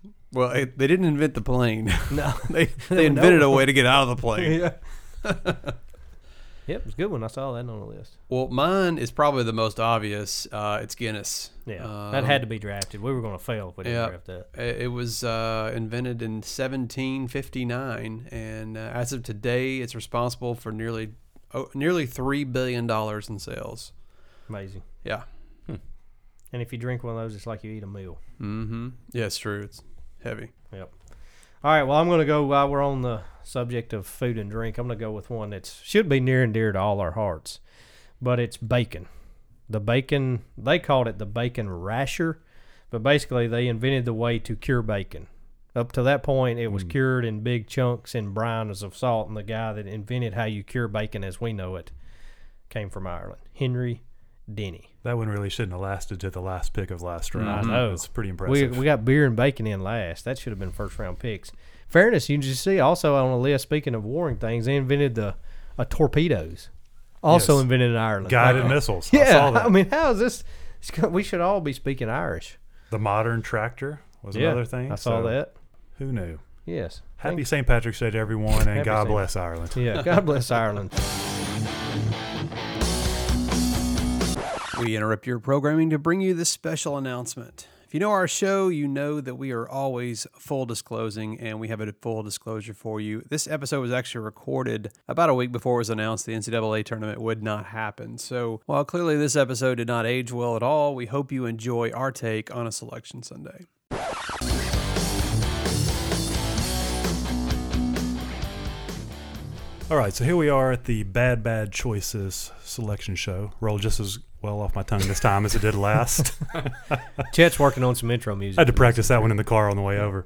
Speaker 2: Well, it, they didn't invent the plane.
Speaker 3: No.
Speaker 2: they they invented a way to get out of the plane.
Speaker 3: yeah. yep, it's a good one. I saw that on the list.
Speaker 2: Well, mine is probably the most obvious. Uh, it's Guinness.
Speaker 3: Yeah,
Speaker 2: Um,
Speaker 3: that had to be drafted. We were going to fail if we didn't
Speaker 2: yeah.
Speaker 3: draft that.
Speaker 2: It it was uh, invented in 1759, and uh, as of today, it's responsible for nearly oh, nearly three billion dollars in sales.
Speaker 3: Amazing.
Speaker 2: Yeah.
Speaker 3: And if you drink one of those, it's like you eat a meal.
Speaker 2: Mm-hmm. Yeah, it's true. It's heavy.
Speaker 3: Yep. All right. Well, I'm going to go while we're on the subject of food and drink. I'm going to go with one that should be near and dear to all our hearts, but it's bacon. The bacon, they called it the bacon rasher, but basically they invented the way to cure bacon. Up to that point, it was cured in big chunks and brines of salt, and the guy that invented how you cure bacon as we know it came from Ireland, Henry Denny.
Speaker 1: That one really shouldn't have lasted to the last pick of last round.
Speaker 3: I know.
Speaker 1: It's pretty
Speaker 3: We,
Speaker 1: impressive.
Speaker 3: we got beer and bacon in last. That should have been first round picks. Fairness, you just see also on the list. Speaking of warring things, they invented the uh, torpedoes. Also
Speaker 1: Yes.
Speaker 3: invented in Ireland.
Speaker 1: Guided
Speaker 3: Uh,
Speaker 1: missiles. I
Speaker 3: Yeah,
Speaker 1: saw
Speaker 3: I,
Speaker 1: that.
Speaker 3: mean, how is this? it's go- We should all be speaking Irish.
Speaker 1: the modern tractor was
Speaker 3: yeah,
Speaker 1: another thing.
Speaker 3: I saw
Speaker 1: so
Speaker 3: that.
Speaker 1: Who knew?
Speaker 3: Yes.
Speaker 1: Happy St. Patrick's Day to everyone, and
Speaker 3: Happy
Speaker 1: God
Speaker 3: Saint-
Speaker 1: bless Ireland.
Speaker 3: Yeah. God bless Ireland.
Speaker 2: We interrupt your programming to bring you this special announcement. If you know our show, you know that we are always full disclosing, and we have a full disclosure for you. This episode was actually recorded about a week before it was announced the NCAA tournament would not happen. So, while clearly this episode did not age well at all, we hope you enjoy our take on a selection Sunday.
Speaker 1: All right, so here we are at the Bad Bad Choices selection show. Rolled just as well off my tongue this time as it did last.
Speaker 3: Chet's working on some intro music.
Speaker 1: I had to practice that one in the car on the way over.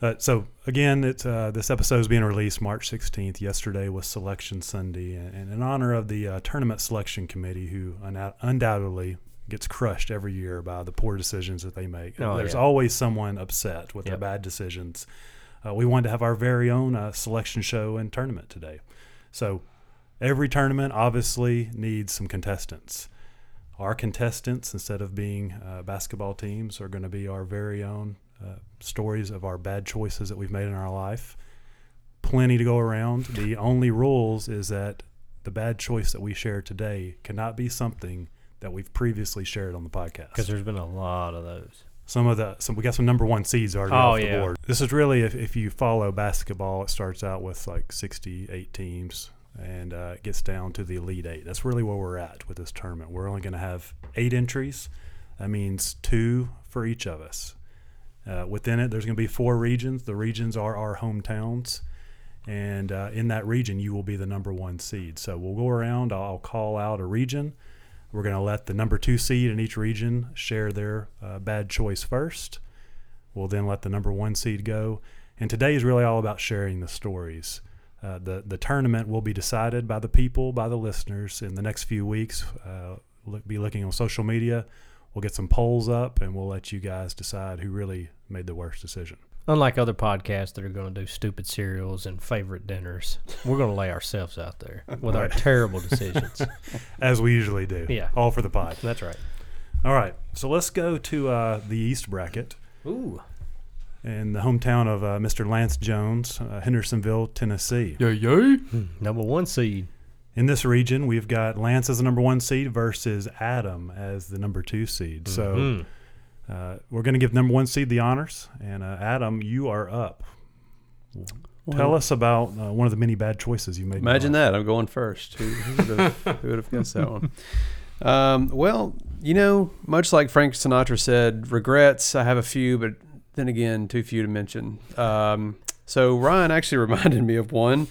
Speaker 1: Uh, so again, it's uh, this episode is being released March 16th. Yesterday was Selection Sunday, and, and in honor of the uh, tournament selection committee, who un- undoubtedly gets crushed every year by the poor decisions that they make.
Speaker 3: Oh,
Speaker 1: There's
Speaker 3: yeah.
Speaker 1: always someone upset with
Speaker 3: Yep.
Speaker 1: their bad decisions. uh, we wanted to have our very own uh, selection show and tournament today. So every tournament obviously needs some contestants. Our contestants, instead of being uh, basketball teams, are going to be our very own uh, stories of our bad choices that we've made in our life. Plenty to go around. The only rules is that the bad choice that we share today cannot be something that we've previously shared on the podcast.
Speaker 3: because there's been a lot of those.
Speaker 1: some of the some we got some number one seeds already
Speaker 3: Oh,
Speaker 1: off the
Speaker 3: yeah.
Speaker 1: board. This is really if, if you follow basketball, it starts out with like 68 teams and uh, it gets down to the elite eight. That's really where we're at with this tournament. We're only going to have eight entries. That means two for each of us. Uh, within it, there's going to be four regions. The regions are our hometowns. And uh, in that region, you will be the number one seed. So we'll go around, I'll call out a region. We're going to let the number two seed in each region share their uh, bad choice first. We'll then let the number one seed go. And today is really all about sharing the stories. Uh, the the tournament will be decided by the people, by the listeners, in the next few weeks. Uh, look, be looking on social media. We'll get some polls up, and we'll let you guys decide who really made the worst decision.
Speaker 3: Unlike other podcasts that are going to do stupid cereals and favorite dinners, we're going to lay ourselves out there with our terrible decisions.
Speaker 1: As we usually do.
Speaker 3: Yeah.
Speaker 1: All for the pod.
Speaker 3: That's right.
Speaker 1: All right. So let's go to uh, the East bracket.
Speaker 3: Ooh.
Speaker 1: in the hometown of uh, Mr. Lance Jones, uh, Hendersonville, Tennessee.
Speaker 2: Yeah, yeah.
Speaker 3: Hmm, Number one seed.
Speaker 1: In this region, we've got Lance as the number one seed versus Adam as the number two seed.
Speaker 3: Mm.
Speaker 2: Mm-hmm.
Speaker 1: So uh, we're going to give number one seed the honors. And uh, Adam, you are up. Tell us about uh, one of the many bad choices you made. in your
Speaker 2: Imagine
Speaker 1: life.
Speaker 2: that. I'm going first. Who, who would have- who would have guessed that one? Um, well, you know, much like Frank Sinatra said, regrets, I have a few, but then again, too few to mention. Um, so Ryan actually reminded me of one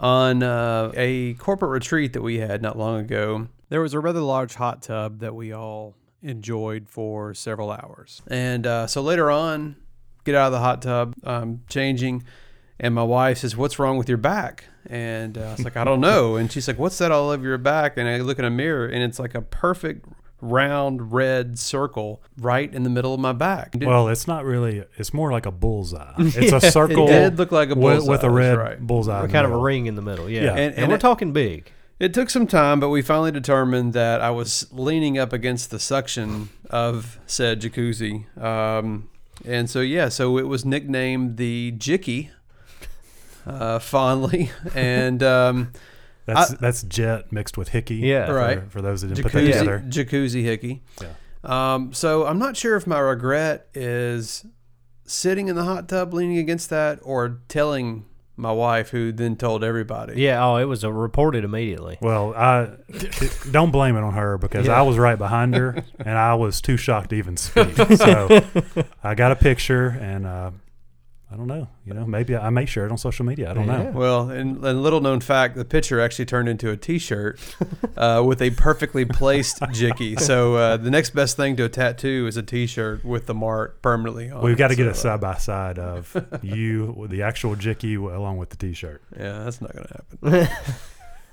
Speaker 2: on uh, a corporate retreat that we had not long ago. There was a rather large hot tub that we all enjoyed for several hours. And uh, so later on, get out of the hot tub, um, changing. And my wife says, "What's wrong with your back?" And uh, I was like, "I don't know." And she's like, "What's that all over your back?" And I look in a mirror, and it's like a perfect round red circle right in the middle of my back.
Speaker 1: Well, it's not really. It's more like a bullseye. It's a circle.
Speaker 2: did look like a
Speaker 1: wi- with,
Speaker 2: bullseye,
Speaker 1: a red
Speaker 2: that's right.
Speaker 1: bullseye.
Speaker 3: Or
Speaker 1: in the
Speaker 3: kind of a
Speaker 1: middle.
Speaker 3: ring in the middle. Yeah.
Speaker 1: Yeah.
Speaker 3: And,
Speaker 1: And-
Speaker 2: and
Speaker 3: we're
Speaker 2: it-
Speaker 3: talking big.
Speaker 2: It took some time, but we finally determined that I was leaning up against the suction of said jacuzzi. Um, and so, yeah, so it was nicknamed the Jicky, uh, fondly. And um,
Speaker 1: That's that's jet mixed with hickey.
Speaker 3: Yeah.
Speaker 1: for-
Speaker 2: Right.
Speaker 1: For those that didn't put that
Speaker 2: jacuzzi,
Speaker 1: together.
Speaker 2: jacuzzi hickey.
Speaker 1: Yeah.
Speaker 2: Um, so I'm not sure if my regret is sitting in the hot tub leaning against that or telling my wife, who then told everybody.
Speaker 3: Yeah. Oh, it was uh reported immediately.
Speaker 1: Well, I don't blame it on her because I was right behind her and I was too shocked to even speak. So I got a picture and uh, I don't know. You know, maybe I may share it on social media. I don't know.
Speaker 2: Well, and, and little known fact, the picture actually turned into a T-shirt uh, with a perfectly placed Jicky. So uh, the next best thing to a tattoo is a T-shirt with the mark permanently on.
Speaker 1: We've got to
Speaker 2: it.
Speaker 1: get
Speaker 2: So,
Speaker 1: a side by side of you, with the actual Jicky, along with the T-shirt.
Speaker 2: Yeah, that's not gonna happen.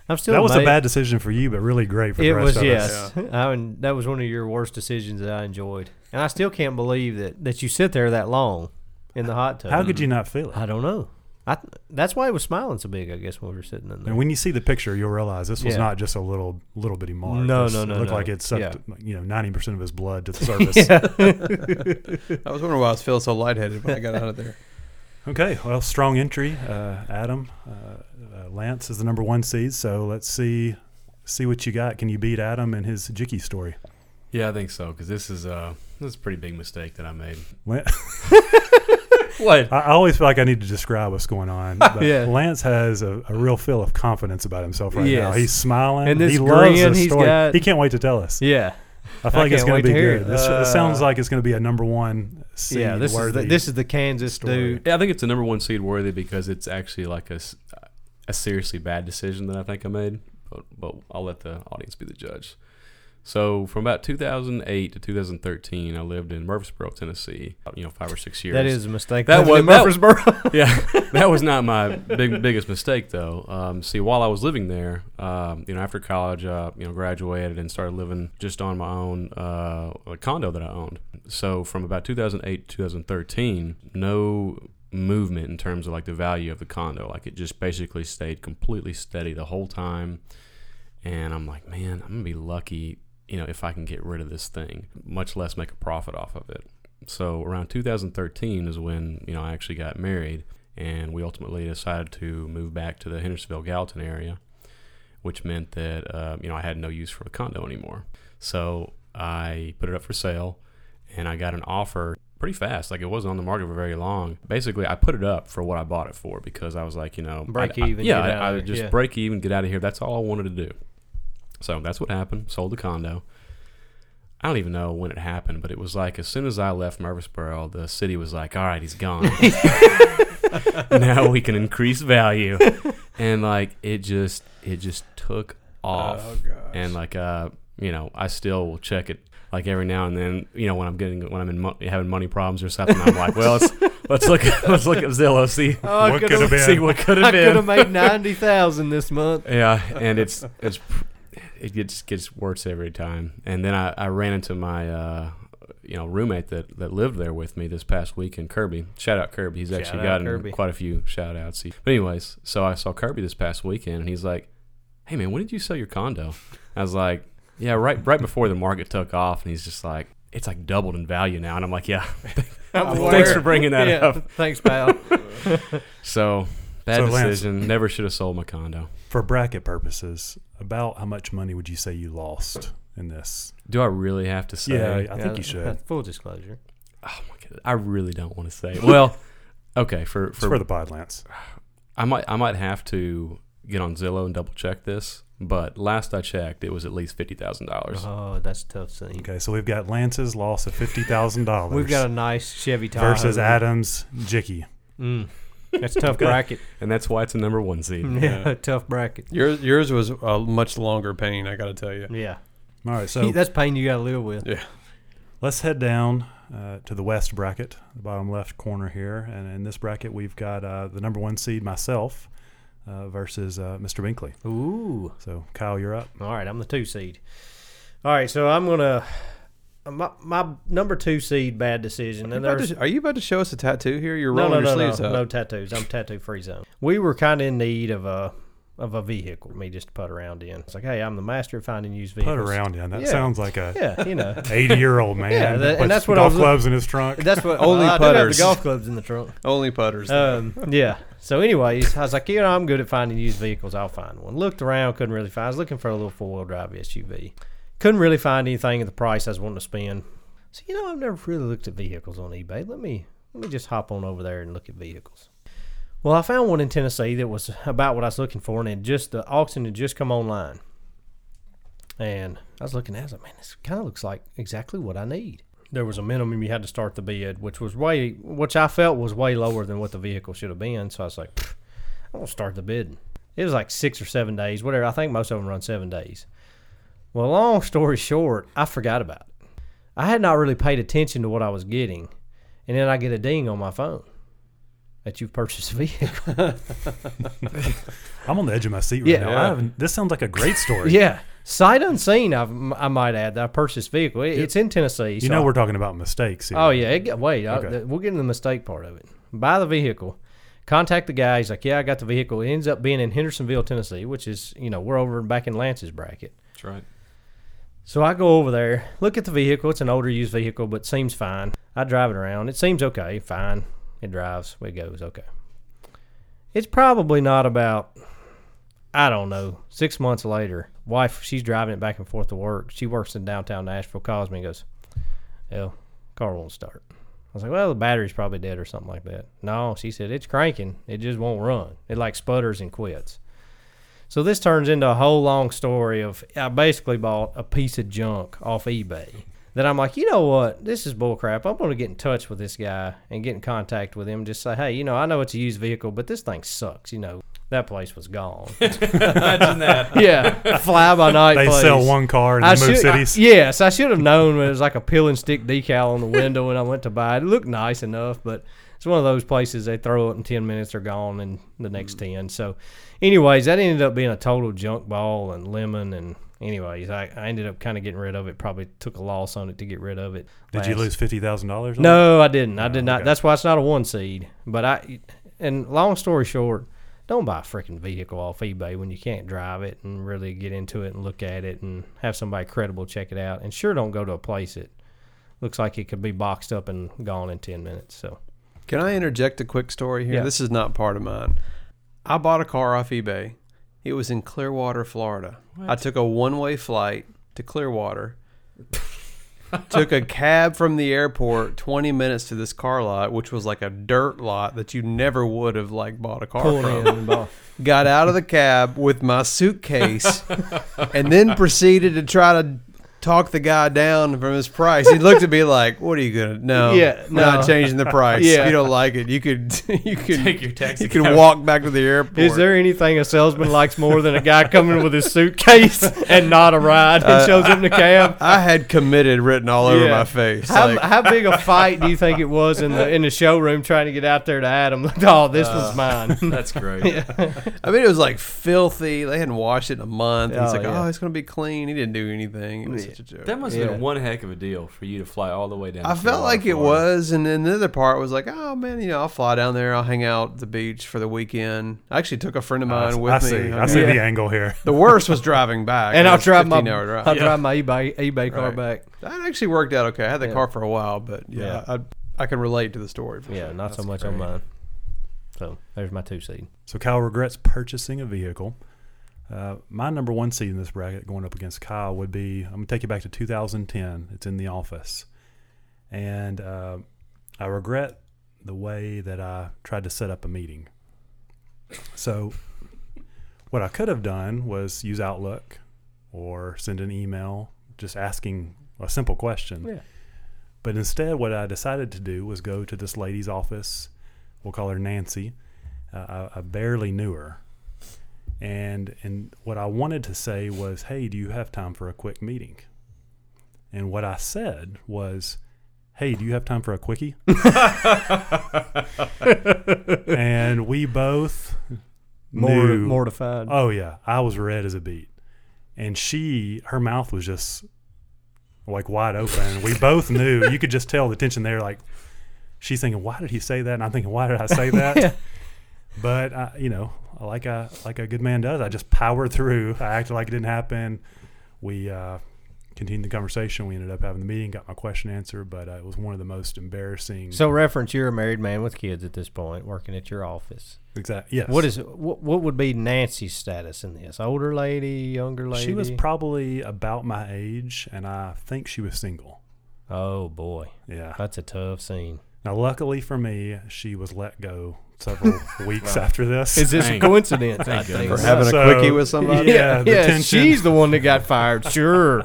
Speaker 3: I'm still
Speaker 1: That was a
Speaker 3: amazed-
Speaker 1: bad decision for you, but really great for the
Speaker 3: It
Speaker 1: rest
Speaker 3: was
Speaker 1: of us.
Speaker 3: yes. I mean, that was one of your worst decisions that I enjoyed, and I still can't believe that that you sit there that long in the hot tub.
Speaker 1: How could you not feel it?
Speaker 3: I don't know. I that's why he was smiling so big. I guess when we were sitting in there.
Speaker 1: And when you see the picture, you'll realize this was
Speaker 3: Yeah.
Speaker 1: not just a little little bitty mark.
Speaker 3: No,
Speaker 1: This
Speaker 3: no, no,
Speaker 1: Looked
Speaker 3: no.
Speaker 1: like it sucked, you know, ninety percent of his blood to the surface.
Speaker 2: I was wondering why I was feeling so lightheaded when I got out of there.
Speaker 1: Okay, well, strong entry, uh, Adam. Uh, uh, Lance is the number one seed, so let's see see what you got. Can you beat Adam and his Jicky story?
Speaker 4: Yeah, I think so because this is uh this is a pretty big mistake that I made.
Speaker 1: Lan-
Speaker 4: What?
Speaker 1: I I always feel like I need to describe what's going on. But
Speaker 3: Yeah.
Speaker 1: Lance has a, a real feel of confidence about himself right now.
Speaker 3: Yes.
Speaker 1: He's smiling.
Speaker 3: And this
Speaker 1: he loves
Speaker 3: grin
Speaker 1: this
Speaker 3: he's
Speaker 1: story.
Speaker 3: got-
Speaker 1: He can't wait to tell us.
Speaker 3: yeah,
Speaker 1: I feel
Speaker 3: I
Speaker 1: like it's
Speaker 3: can't
Speaker 1: going
Speaker 3: wait
Speaker 1: to be
Speaker 3: to hear
Speaker 1: good.
Speaker 3: it.
Speaker 1: This,
Speaker 3: Uh,
Speaker 1: this sounds like it's going to be a number one seed
Speaker 3: yeah. This is
Speaker 1: worthy.
Speaker 3: the, this is the Kansas
Speaker 1: story.
Speaker 3: dude.
Speaker 4: Yeah, I think it's the number one seed worthy because it's actually like a, s- a seriously bad decision that I think I made. But, but I'll let the audience be the judge. So from about 2008 to 2013, I lived in Murfreesboro, Tennessee. You know, five or six years.
Speaker 3: That is a mistake.
Speaker 4: That
Speaker 3: Living in
Speaker 4: was-
Speaker 3: Murfreesboro.
Speaker 4: yeah, that was not my big biggest mistake though. Um, see, while I was living there, um, you know, after college, uh, you know, graduated and started living just on my own uh, a condo that I owned. So from about 2008 to 2013, no movement in terms of like the value of the condo. Like it just basically stayed completely steady the whole time. And I'm like, man, I'm gonna be lucky, you know, if I can get rid of this thing, much less make a profit off of it. So around 2013 is when you know I actually got married, and we ultimately decided to move back to the Hendersonville Gallatin area, which meant that uh, you know I had no use for the condo anymore. So I put it up for sale, and I got an offer pretty fast. Like it wasn't on the market for very long. Basically, I put it up for what I bought it for because I was like, you know,
Speaker 3: Break
Speaker 4: I- I-
Speaker 3: even,
Speaker 4: yeah,
Speaker 3: get out
Speaker 4: I, I
Speaker 3: of
Speaker 4: would
Speaker 3: there,
Speaker 4: just
Speaker 3: yeah.
Speaker 4: break even, get out of here. That's all I wanted to do. So that's what happened. Sold the condo. I don't even know when it happened, but it was like as soon as I left Murfreesboro, the city was like, "All right, he's gone. now we can increase value." And like it just it just took
Speaker 3: Oh,
Speaker 4: off.
Speaker 2: Oh,
Speaker 4: And like uh, you know, I still will check it like every now and then, you know, when I'm getting when I'm in mo- having money problems or something, I'm like, "Well, let's let's look let's look at Zillow see
Speaker 3: Oh,
Speaker 1: What could have been?
Speaker 4: see what could
Speaker 3: I
Speaker 4: have
Speaker 3: could
Speaker 4: been."
Speaker 3: have made ninety thousand this month.
Speaker 4: Yeah, and it's it's it gets gets worse every time. And then I, I ran into my uh, you know roommate that, that lived there with me this past weekend, Kirby. Shout out Kirby. He's
Speaker 3: Shout
Speaker 4: actually
Speaker 3: out
Speaker 4: gotten
Speaker 3: Kirby.
Speaker 4: quite a few shout outs. He- But anyways, so I saw Kirby this past weekend, and he's like, "Hey man, when did you sell your condo?" I was like, "Yeah, right right before the market took off." And he's just like, "It's like doubled in value now." And I'm like, "Yeah, thanks for bringing that
Speaker 3: Yeah,
Speaker 4: up."
Speaker 3: Thanks, pal.
Speaker 4: So bad
Speaker 1: So Lance-
Speaker 4: decision. Never should have sold my condo.
Speaker 1: For bracket purposes, about how much money would you say you lost in this?
Speaker 4: Do I really have to say?
Speaker 1: yeah, I
Speaker 3: Yeah,
Speaker 1: think you should.
Speaker 3: Full disclosure.
Speaker 4: Oh my god, I really don't want to say. it. Well, okay, for
Speaker 1: It's
Speaker 4: for,
Speaker 1: for the pod, Lance.
Speaker 4: I might I might have to get on Zillow and double check this, but last I checked, it was at least fifty thousand dollars.
Speaker 3: Oh, that's a tough scene.
Speaker 1: Okay, so we've got Lance's loss of fifty thousand dollars.
Speaker 3: We've got a nice Chevy Tahoe
Speaker 1: versus Adams Jicky.
Speaker 3: Mm. That's a tough
Speaker 1: Okay.
Speaker 3: bracket.
Speaker 4: and that's why it's a number one seed.
Speaker 3: Yeah, tough bracket.
Speaker 2: Yours, yours was a much longer pain, I got to tell you.
Speaker 3: Yeah,
Speaker 1: All right, so
Speaker 3: that's pain you got to live with.
Speaker 1: Let's head down uh, to the west bracket, the bottom left corner here. And in this bracket, we've got uh, the number one seed, myself, uh, versus uh, Mr. Binkley.
Speaker 3: Ooh.
Speaker 1: So, Kyle, you're up.
Speaker 3: All right, I'm the two seed. All right, so I'm gonna my my number two seed bad decision.
Speaker 2: You
Speaker 3: And
Speaker 2: about
Speaker 3: there's
Speaker 2: to- are you about to show us a tattoo here? You're
Speaker 3: no
Speaker 2: rolling
Speaker 3: no no
Speaker 2: your
Speaker 3: no,
Speaker 2: sleeves up.
Speaker 3: no tattoos. I'm tattoo free zone. We were kind of in need of a of a vehicle. for Me just to put around in. It's like, hey, I'm the master of finding used
Speaker 1: Put
Speaker 3: vehicles.
Speaker 1: around in. That
Speaker 3: Yeah.
Speaker 1: sounds like a
Speaker 3: Yeah, you know.
Speaker 1: 80 year old man.
Speaker 3: Yeah, that- and
Speaker 1: with
Speaker 3: that's what I
Speaker 1: golf
Speaker 3: was-
Speaker 1: clubs in his trunk.
Speaker 3: That's what
Speaker 2: Only
Speaker 3: well, I do have
Speaker 2: putters.
Speaker 3: the golf clubs in the trunk.
Speaker 2: Only putters.
Speaker 3: Um, yeah. So, anyways, I was like, you know, I'm good at finding used vehicles. I'll find one. Looked around, couldn't really find. I was looking for a little four wheel drive SUV. Couldn't really find anything at the price I was wanting to spend. So, you know, I've never really looked at vehicles on eBay. Let me let me just hop on over there and look at vehicles. Well, I found one in Tennessee that was about what I was looking for, and it just the auction had just come online. And I was looking at it, I was like, man, this kind of looks like exactly what I need. There was a minimum you had to start the bid, which was way, which I felt was way lower than what the vehicle should have been. So I was like, "Pfft, I'm gonna start the bidding. It was like six or seven days, whatever. I think most of them run seven days. Well, long story short, I forgot about it. I had not really paid attention to what I was getting, and then I get a ding on my phone that you've purchased a vehicle.
Speaker 1: I'm on the edge of my seat right
Speaker 3: Yeah.
Speaker 1: now. I
Speaker 2: Yeah.
Speaker 1: haven't, this sounds like a great story.
Speaker 3: Yeah. Sight unseen, I've, I might add, that I purchased vehicle. It- It's in Tennessee.
Speaker 1: You know, we're talking about mistakes. here.
Speaker 3: Oh, yeah. It got, wait, I-
Speaker 1: Okay.
Speaker 3: th- we'll get into the mistake part of it. Buy the vehicle. Contact the guy. He's like, yeah, I got the vehicle. It ends up being in Hendersonville, Tennessee, which is, you know, we're over back in Lance's bracket.
Speaker 4: That's right.
Speaker 3: So I go over there, look at the vehicle. It's an older used vehicle, but seems fine. I drive it around. It seems okay, fine. It drives, it goes, okay. It's probably not about, I don't know, six months later. Wife, she's driving it back and forth to work. She works in downtown Nashville, calls me and goes, Well, car won't start. I was like, Well, the battery's probably dead or something like that. No, she said, It's cranking. It just won't run. It like sputters and quits. So this turns into a whole long story of I basically bought a piece of junk off eBay. That I'm like, you know what? This is bullcrap. I'm going to get in touch with this guy and get in contact with him. Just say, hey, you know, I know it's a used vehicle, but this thing sucks. You know, that place was gone.
Speaker 4: Imagine that.
Speaker 3: yeah, fly by night.
Speaker 1: They
Speaker 3: place.
Speaker 1: sell one car and
Speaker 3: I
Speaker 1: then move
Speaker 3: should-
Speaker 1: cities.
Speaker 3: I- yes, I should have known when it was like a peel and stick decal on the window when I went to buy it. It looked nice enough, but it's one of those places they throw it in 10 minutes, they're gone
Speaker 1: Mm.
Speaker 3: in the next 10. So, anyways, that ended up being a total junk ball and lemon and Anyways, I, I ended up kind of getting rid of it. Probably took a loss on it to get rid of it.
Speaker 1: Did you
Speaker 3: last-
Speaker 1: lose fifty thousand dollars?
Speaker 3: No, I didn't. I
Speaker 2: Oh,
Speaker 3: did not.
Speaker 1: okay.
Speaker 3: That's why it's not a one seed. But I, and long story short, don't buy a freaking vehicle off eBay when you can't drive it and really get into it and look at it and have somebody credible check it out. And sure, don't go to a place that looks like it could be boxed up and gone in 10 minutes. So,
Speaker 2: Can I interject a quick story here?
Speaker 3: Yeah.
Speaker 2: This is not part of mine. I bought a car off eBay. It was in Clearwater, Florida. I took a one way flight to Clearwater, took a cab from the airport 20 minutes to this car lot, which was like a dirt lot that you never would have like bought a car
Speaker 3: pulled
Speaker 2: from.
Speaker 3: in and bought.
Speaker 2: Got out of the cab with my suitcase and then proceeded to try to talk the guy down from his price. He looked at me like, "What are you gonna? No,
Speaker 3: Yeah,
Speaker 2: we're not
Speaker 3: no.
Speaker 2: changing the price.
Speaker 3: Yeah.
Speaker 2: You don't like it. You could, you could
Speaker 4: Take your taxi
Speaker 2: You can
Speaker 4: cab."
Speaker 2: walk back to the airport.
Speaker 3: Is there anything a salesman likes more than a guy coming with his suitcase and not a ride and
Speaker 2: Uh,
Speaker 3: shows up in a cab?
Speaker 2: I had committed written all over
Speaker 3: Yeah.
Speaker 2: my face.
Speaker 3: How,
Speaker 2: like,
Speaker 3: how big a fight do you think it was in the in the showroom trying to get out there to Adam? Oh, this
Speaker 2: Uh,
Speaker 3: was mine.
Speaker 4: That's great.
Speaker 2: I mean, it was like filthy. They hadn't washed it in a month. and it's
Speaker 3: Oh,
Speaker 2: like,
Speaker 3: yeah.
Speaker 2: oh, it's gonna be clean. He didn't do anything. It was such a joke.
Speaker 4: That must have
Speaker 3: Yeah.
Speaker 4: been one heck of a deal for you to fly all the way down.
Speaker 2: I
Speaker 4: to
Speaker 2: felt like it
Speaker 4: Clearwater, Florida.
Speaker 2: was, and then the other part was like, oh man, you know, I'll fly down there, I'll hang out at the beach for the weekend. I actually took a friend of mine with
Speaker 1: I
Speaker 2: me.
Speaker 1: see. I see
Speaker 3: Yeah.
Speaker 1: the angle here.
Speaker 2: The worst was driving back,
Speaker 3: and
Speaker 2: It
Speaker 3: I'll
Speaker 2: was
Speaker 3: drive my
Speaker 2: 15-hour drive.
Speaker 3: I'll drive my eBay eBay car
Speaker 2: Right.
Speaker 3: back.
Speaker 2: That actually worked out okay. I had the car for a while, but yeah, I I can relate to the story. For
Speaker 3: Yeah,
Speaker 2: sure.
Speaker 3: not so much on mine. So there's my two seed.
Speaker 1: So Kyle regrets purchasing a vehicle. Uh, my number one seed in this bracket going up against Kyle would be I'm going to take you back to 2010. It's in the office. And uh, I regret the way that I tried to set up a meeting. So, what I could have done was use Outlook or send an email just asking a simple question.
Speaker 3: Yeah.
Speaker 1: But instead, what I decided to do was go to this lady's office. We'll call her Nancy. Uh, I, I barely knew her. And and what I wanted to say was, "Hey, do you have time for a quick meeting?" And what I said was, "Hey, do you have time for a quickie?" and we both
Speaker 3: More
Speaker 1: knew,
Speaker 3: mortified.
Speaker 1: Oh yeah, I was red as a beet, and she, her mouth was just like wide open. we both knew. You could just tell the tension there. Like she's thinking, "Why did he say that?" And I'm thinking, "Why did I say that?" But I, you know, like a like a good man does, I just powered through. I acted like it didn't happen. We uh, continued the conversation. We ended up having the meeting, got my question answered, but uh, it was one of the most embarrassing.
Speaker 3: So reference you're a married man with kids at this point, working at your office.
Speaker 1: exactly. Yes.
Speaker 3: What is what, what would be Nancy's status in this? Older lady, younger lady?
Speaker 1: She was probably about my age, and I think she was single.
Speaker 3: Oh boy.
Speaker 1: Yeah.
Speaker 3: That's a tough scene.
Speaker 1: Now, luckily for me, she was let go several weeks after this.
Speaker 3: Is this a
Speaker 4: Thank-
Speaker 3: coincidence? I
Speaker 4: thank
Speaker 3: think.
Speaker 2: for
Speaker 4: goodness.
Speaker 2: having a
Speaker 1: So-
Speaker 2: quickie with somebody.
Speaker 1: Yeah, the tension.
Speaker 3: she's the one that got fired. Sure.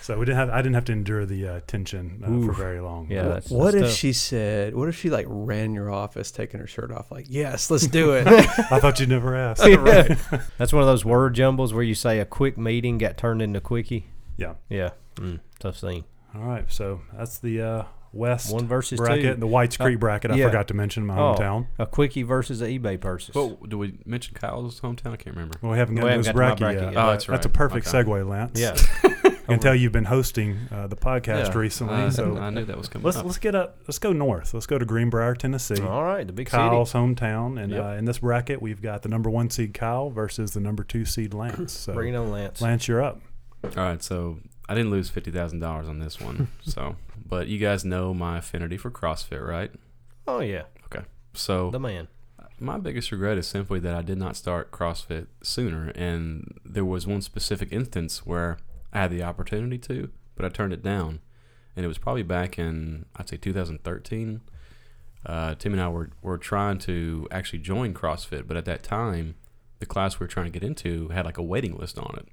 Speaker 1: so we didn't have. I didn't have to endure the uh, tension uh, for very long.
Speaker 3: Yeah, that's,
Speaker 2: What if
Speaker 3: that's
Speaker 2: she said? What if she like ran your office, taking her shirt off? Like, yes, let's do it.
Speaker 1: I thought you'd never ask.
Speaker 3: tough. Yeah. That's one of those word jumbles where you say a quick meeting got turned into quickie.
Speaker 1: yeah.
Speaker 3: Yeah, mm, tough scene.
Speaker 1: All right. So that's the uh, West
Speaker 3: One versus
Speaker 1: bracket,
Speaker 3: two.
Speaker 1: the Whites Creek
Speaker 3: Uh,
Speaker 1: bracket. I
Speaker 3: yeah.
Speaker 1: forgot to mention my hometown.
Speaker 3: Oh, a quickie versus an eBay purchase.
Speaker 4: Well, do we mention Kyle's hometown? I can't remember.
Speaker 1: Well, we haven't
Speaker 3: We
Speaker 1: gotten
Speaker 3: haven't
Speaker 1: to this
Speaker 3: got
Speaker 1: bracket,
Speaker 3: to my
Speaker 1: yet.
Speaker 3: bracket yet.
Speaker 4: Oh,
Speaker 1: but
Speaker 4: that's
Speaker 1: That's a
Speaker 4: right.
Speaker 1: perfect
Speaker 4: Okay.
Speaker 1: segue, Lance.
Speaker 3: yeah,
Speaker 1: I can tell you've been hosting uh, the podcast
Speaker 4: Yeah.
Speaker 1: recently.
Speaker 4: Uh,
Speaker 1: so
Speaker 4: I knew that was coming
Speaker 1: let's
Speaker 4: up.
Speaker 1: let's get up. Let's go north. Let's go to Greenbrier, Tennessee.
Speaker 3: all right, the big
Speaker 1: Kyle's
Speaker 3: city.
Speaker 1: hometown, and
Speaker 4: Yep.
Speaker 1: uh, in this bracket, we've got the number one seed Kyle versus the number two seed Lance. So
Speaker 3: Bring it on, Lance.
Speaker 1: Lance, you're up.
Speaker 4: All right, so I didn't lose fifty thousand dollars on this one. so, but you guys know my affinity for CrossFit, right?
Speaker 3: Oh yeah,
Speaker 4: So
Speaker 3: the man.
Speaker 4: my biggest regret is simply that I did not start CrossFit sooner, and there was one specific instance where I had the opportunity to, but I turned it down, and it was probably back in I'd say 2013. Uh, Tim and I were were trying to actually join CrossFit, but at that time, the class we were trying to get into had like a waiting list on it.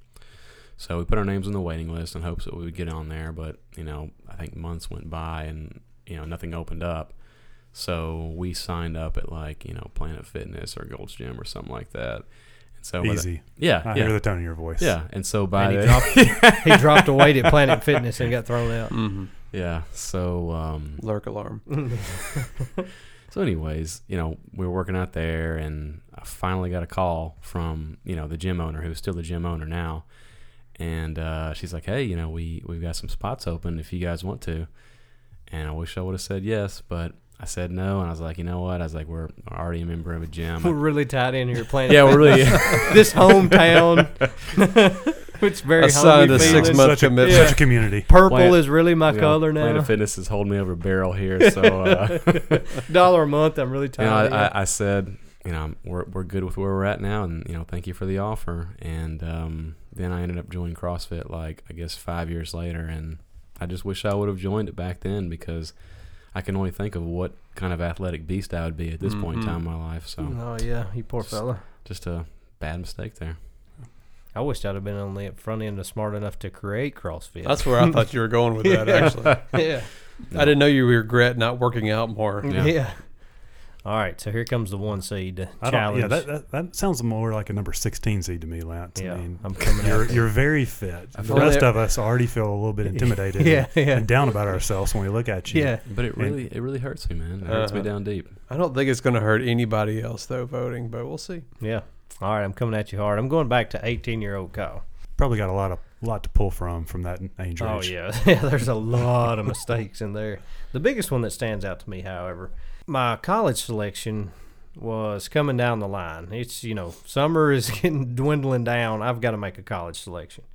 Speaker 4: So we put our names on the waiting list in hopes that we would get on there, but you know I think months went by and you know nothing opened up. So we signed up at like you know Planet Fitness or Gold's Gym or something like that. And so by the-
Speaker 1: Easy.
Speaker 4: yeah,
Speaker 1: I
Speaker 4: yeah,
Speaker 1: hear the tone of your voice.
Speaker 4: yeah. And so by
Speaker 3: And he
Speaker 4: the-
Speaker 3: dropped, he dropped a weight at Planet Fitness and got thrown out.
Speaker 2: mm-hmm.
Speaker 4: yeah, so um,
Speaker 2: Lurk alarm.
Speaker 4: So, anyways, you know, we were working out there, and I finally got a call from you know the gym owner, who's still the gym owner now, and uh, she's like, "Hey, you know, we we've got some spots open if you guys want to." And I wish I would have said yes, but I said no, and I was like, "You know what?" I was like, "We're already a member of a gym."
Speaker 3: We're really tied in here playing.
Speaker 4: yeah, we're really.
Speaker 3: this hometown. it's very
Speaker 2: I signed
Speaker 3: homey
Speaker 2: a
Speaker 3: feeling.
Speaker 2: six month
Speaker 1: such, a,
Speaker 2: commitment.
Speaker 1: such a community.
Speaker 3: Purple
Speaker 4: Planet-
Speaker 3: is really my
Speaker 4: you know,
Speaker 3: color
Speaker 4: Planet
Speaker 3: now.
Speaker 4: Fitness is holding me over a barrel here, so uh,
Speaker 3: Dollar a month. I'm really
Speaker 4: you know,
Speaker 3: tired.
Speaker 4: I, I, I said, you know, we're we're good with where we're at now, and you know, thank you for the offer. And um, then I ended up joining CrossFit, like I guess five years later, and I just wish I would have joined it back then because I can only think of what kind of athletic beast I would be at this point in
Speaker 2: Mhm.
Speaker 4: time in my life. So
Speaker 3: oh yeah, you poor fella.
Speaker 4: just a bad mistake there.
Speaker 3: I wish I'd have been on the front end of smart enough to create CrossFit.
Speaker 2: That's where I thought you were going with that.
Speaker 3: Yeah.
Speaker 2: Actually,
Speaker 3: yeah.
Speaker 2: I didn't know you regret not working out more.
Speaker 4: Yeah.
Speaker 3: yeah. All right, so here comes the one seed
Speaker 1: I don't,
Speaker 3: challenge.
Speaker 1: yeah, that, that, that sounds more like a number 16 seed to me, Lance.
Speaker 3: Yeah,
Speaker 1: I mean,
Speaker 3: I'm coming out.
Speaker 1: you're, you're very fit. The
Speaker 2: feel
Speaker 1: rest
Speaker 2: that-
Speaker 1: of us already feel a little bit intimidated
Speaker 3: yeah, yeah,
Speaker 1: and down about ourselves when we look at you.
Speaker 3: yeah.
Speaker 4: But it really it really hurts me, man. It hurts me
Speaker 2: Uh-huh.
Speaker 4: down deep.
Speaker 2: I don't think it's going to hurt anybody else though voting, but we'll see.
Speaker 3: Yeah. All right, I'm coming at you hard. I'm going back to 18 year old Kyle.
Speaker 1: Probably got a lot of lot to pull from from that age
Speaker 3: Oh
Speaker 1: range.
Speaker 3: yeah, yeah. There's a lot of mistakes in there. The biggest one that stands out to me, however, my college selection was coming down the line. It's you know summer is getting dwindling down. I've got to make a college selection.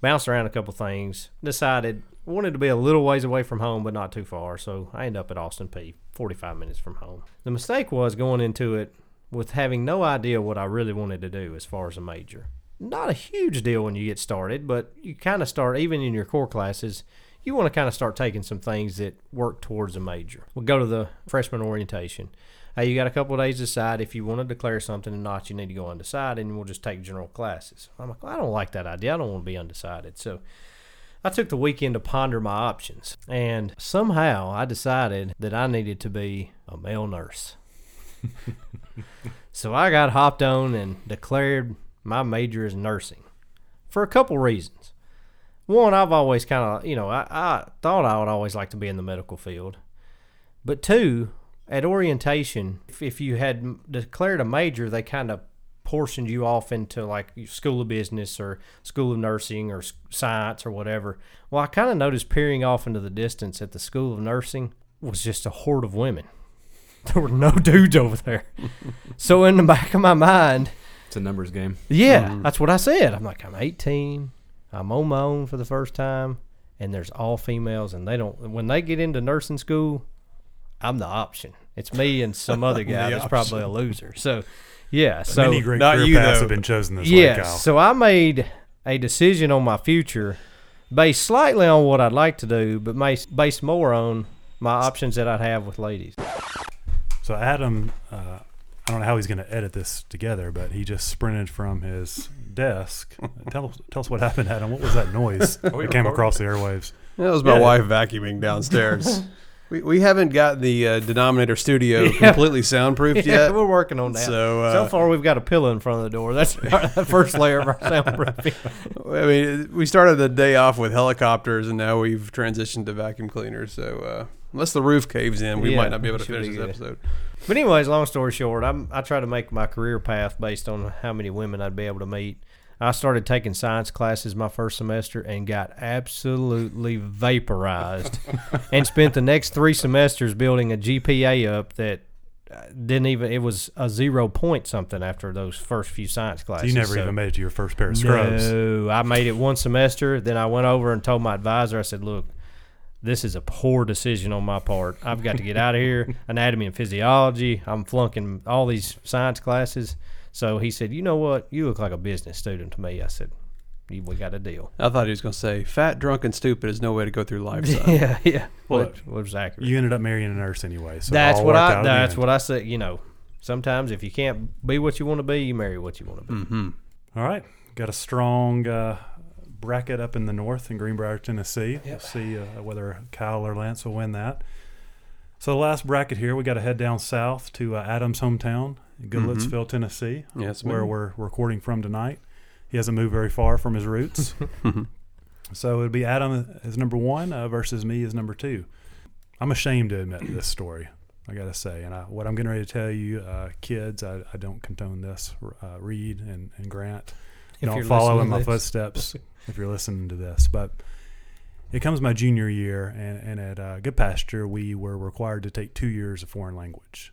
Speaker 3: Bounced around a couple things. Decided wanted to be a little ways away from home, but not too far. So I end up at Austin P, 45 minutes from home. The mistake was going into it with having no idea what I really wanted to do as far as a major. Not a huge deal when you get started, but you kind of start, even in your core classes, you want to kind of start taking some things that work towards a major. We'll go to the freshman orientation. Hey, you got a couple of days to decide if you want to declare something or not. You need to go undecided, and we'll just take general classes. I'm like, well, I don't like that idea. I don't want to be undecided. So I took the weekend to ponder my options, and somehow I decided that I needed to be a male nurse. so I got hopped on and declared my major is nursing for a couple reasons. One, I've always kind of, you know, I, I thought I would always like to be in the medical field. But two, at orientation, if, if you had m- declared a major, they kind of portioned you off into like school of business or school of nursing or s- science or whatever. Well, I kind of noticed peering off into the distance at the school of nursing was just a horde of women. There were no dudes over there. so in the back of my mind,
Speaker 4: It's a numbers game.
Speaker 3: yeah, that's what I said. I'm like, I'm 18. I'm on my own for the first time, and there's all females, and they don't. When they get into nursing school, I'm the option. It's me and some other guy
Speaker 2: The
Speaker 3: that's probably a loser. So, yeah. So
Speaker 1: Many great
Speaker 2: Not
Speaker 1: career
Speaker 2: you,
Speaker 1: paths
Speaker 2: though.
Speaker 1: have been chosen this way,
Speaker 3: Yes.
Speaker 1: Kyle.
Speaker 3: So I made a decision on my future based slightly on what I'd like to do, but mas- based more on my options that I'd have with ladies.
Speaker 1: So Adam, uh, I don't know how he's going to edit this together, but he just sprinted from his desk. tell us, tell us what happened, Adam. What was that noise that came
Speaker 4: we recording?
Speaker 1: across the airwaves?
Speaker 2: That was my
Speaker 1: Yeah.
Speaker 2: wife vacuuming downstairs. we, we haven't got the uh, denominator studio completely soundproofed
Speaker 3: Yeah,
Speaker 2: yet.
Speaker 3: we're working on that.
Speaker 2: So, uh,
Speaker 3: so far, we've got a pillow in front of the door. That's our, the first layer of our soundproofing.
Speaker 2: I mean, we started the day off with helicopters, and now we've transitioned to vacuum cleaners. So uh, unless the roof caves in, we
Speaker 3: Yeah,
Speaker 2: might not be able to
Speaker 3: should
Speaker 2: finish
Speaker 3: be
Speaker 2: this
Speaker 3: good.
Speaker 2: episode.
Speaker 3: But anyways, long story short, I'm, I try to make my career path based on how many women I'd be able to meet. I started taking science classes my first semester and got absolutely vaporized, and spent the next three semesters building a GPA up that uh, didn't even it was a zero point something after those first few science
Speaker 1: So
Speaker 3: classes.
Speaker 1: you never
Speaker 3: So-
Speaker 1: even made it to your first pair of scrubs.
Speaker 3: no, I made it one semester. Then I went over and told my advisor, I said, look, this is a poor decision on my part. I've got to get out of here. Anatomy and physiology. I'm flunking all these science classes. So he said, you know what? You look like a business student to me. I said, "You- we got a deal.
Speaker 2: I thought he was going to say, "Fat, drunk, and stupid is no way to go through life." son."
Speaker 3: yeah, yeah.
Speaker 1: Well,
Speaker 3: Which was accurate.
Speaker 1: You ended up marrying a nurse anyway. So it
Speaker 3: that's
Speaker 1: all
Speaker 3: what
Speaker 1: worked out
Speaker 3: I.
Speaker 1: in the
Speaker 3: That's
Speaker 1: end.
Speaker 3: what I said. You know, sometimes if you can't be what you want to be, you marry what you want to be.
Speaker 2: Mm-hmm.
Speaker 1: All right, got a strong uh, bracket up in the north in Greenbrier, Tennessee. We'll see uh, whether Kyle or Lance will win that. So the last bracket here, we got to head down south to uh, Adam's hometown, Goodlettsville,
Speaker 3: Mm-hmm.
Speaker 1: Tennessee.
Speaker 2: Yes,
Speaker 1: where
Speaker 2: ma'am.
Speaker 1: we're recording from tonight. He hasn't moved very far from his roots.
Speaker 2: Mm-hmm.
Speaker 1: so it'd be Adam as number one uh, versus me as number two. I'm ashamed to admit this story, I got to say. And I, what I'm getting ready to tell you, uh, kids, I, I don't condone this. Uh, Reed and, and Grant,
Speaker 3: If
Speaker 1: don't
Speaker 3: you're
Speaker 1: follow
Speaker 3: listening
Speaker 1: in
Speaker 3: to
Speaker 1: my
Speaker 3: this.
Speaker 1: footsteps if you're listening to this. But it comes my junior year, and, and at uh, Good Pasture, we were required to take two years of foreign language.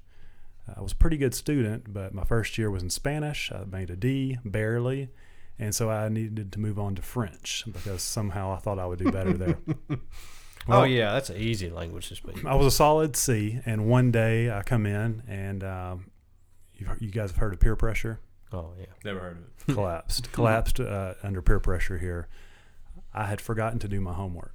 Speaker 1: I was a pretty good student, but my first year was in Spanish. I made a D, barely. And so I needed to move on to French because somehow I thought I would do better there.
Speaker 3: oh yeah, that's an easy language to speak.
Speaker 1: I was a solid C, and one day I come in, and um, you, you guys have heard of peer pressure.
Speaker 3: Oh yeah.
Speaker 4: Never heard of it.
Speaker 1: collapsed collapsed uh, under peer pressure here i had forgotten to do my homework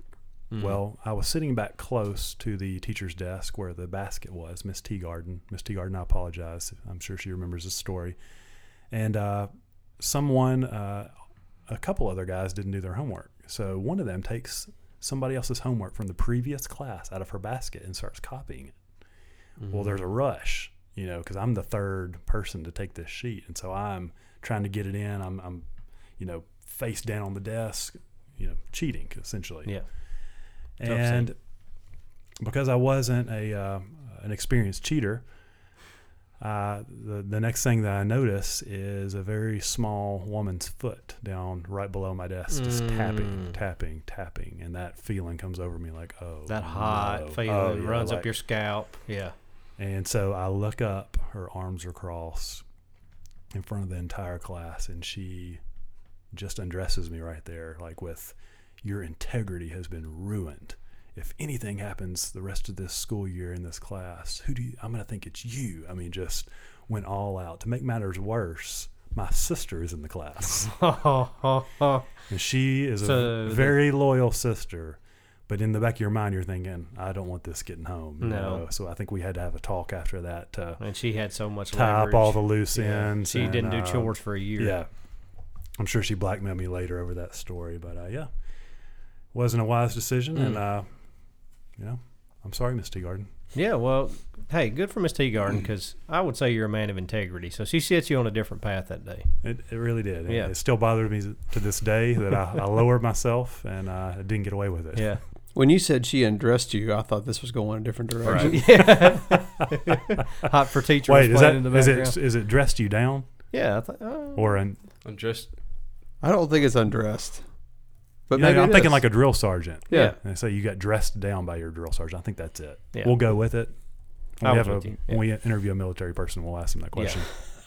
Speaker 2: Mm-hmm.
Speaker 1: well i was sitting back close to the teacher's desk where the basket was miss teagarden miss teagarden i apologize i'm sure she remembers this story and uh, someone uh, a couple other guys didn't do their homework so one of them takes somebody else's homework from the previous class out of her basket and starts copying it well there's a rush you know because i'm the third person to take this sheet and so i'm trying to get it in i'm, I'm you know face down on the desk you know cheating essentially
Speaker 3: Yeah. Tough scene.
Speaker 1: and because i wasn't a uh, an experienced cheater uh, the, the next thing that I notice is a very small woman's foot down right below my desk, just tapping,
Speaker 3: Mm.
Speaker 1: tapping, tapping, and that feeling comes over me like, oh,
Speaker 3: That hot
Speaker 1: no.
Speaker 3: feeling
Speaker 1: Oh, yeah,
Speaker 3: runs
Speaker 1: like-
Speaker 3: up your scalp. Yeah.
Speaker 1: and so I look up, her arms are crossed in front of the entire class, and she just undresses me right there, like with your integrity has been ruined. If anything happens the rest of this school year in this class, who do you, I'm going to think it's you. I mean, just went all out. To make matters worse, my sister is in the class. And she is
Speaker 3: So
Speaker 1: a
Speaker 3: the-
Speaker 1: very loyal sister. But in the back of your mind, you're thinking, I don't want this getting home. you
Speaker 3: No.
Speaker 1: know? So I think we had to have a talk after that to
Speaker 3: and she had so much
Speaker 1: tie up
Speaker 3: leverage.
Speaker 1: all the loose
Speaker 3: Yeah.
Speaker 1: ends.
Speaker 3: She
Speaker 1: and,
Speaker 3: didn't do
Speaker 1: um,
Speaker 3: chores for a year.
Speaker 1: Yeah. I'm sure she blackmailed me later over that story. But uh, yeah, wasn't a wise decision.
Speaker 3: Hmm.
Speaker 1: And, uh, you know, I'm sorry, Miss Teagarden.
Speaker 3: Yeah, well, hey, good for Miss Teagarden because I would say you're a man of integrity. So she sets you on a different path that day.
Speaker 1: It, it really did. And
Speaker 3: Yeah.
Speaker 1: It still bothered me to this day that I, I lowered myself and uh, I didn't get away with it.
Speaker 3: Yeah.
Speaker 2: When you said she undressed you, I thought this was going a different direction.
Speaker 3: yeah. Hot for teacher. was
Speaker 1: Wait, is
Speaker 3: playing
Speaker 1: that
Speaker 3: in the
Speaker 1: is
Speaker 3: background.
Speaker 1: it is it dressed you down
Speaker 3: Yeah. I th- uh,
Speaker 1: or an
Speaker 4: I'm just
Speaker 2: I don't think it's undressed, but
Speaker 1: You know,
Speaker 2: maybe
Speaker 1: I'm
Speaker 2: it
Speaker 1: thinking
Speaker 2: is.
Speaker 1: like a drill sergeant.
Speaker 2: yeah.
Speaker 3: Yeah.
Speaker 1: And so you got dressed down by your drill sergeant. I think that's it.
Speaker 3: Yeah.
Speaker 1: We'll go with it. When
Speaker 3: I
Speaker 1: we,
Speaker 3: was
Speaker 1: have a,
Speaker 3: with you.
Speaker 1: when we interview a military person, we'll ask them that question.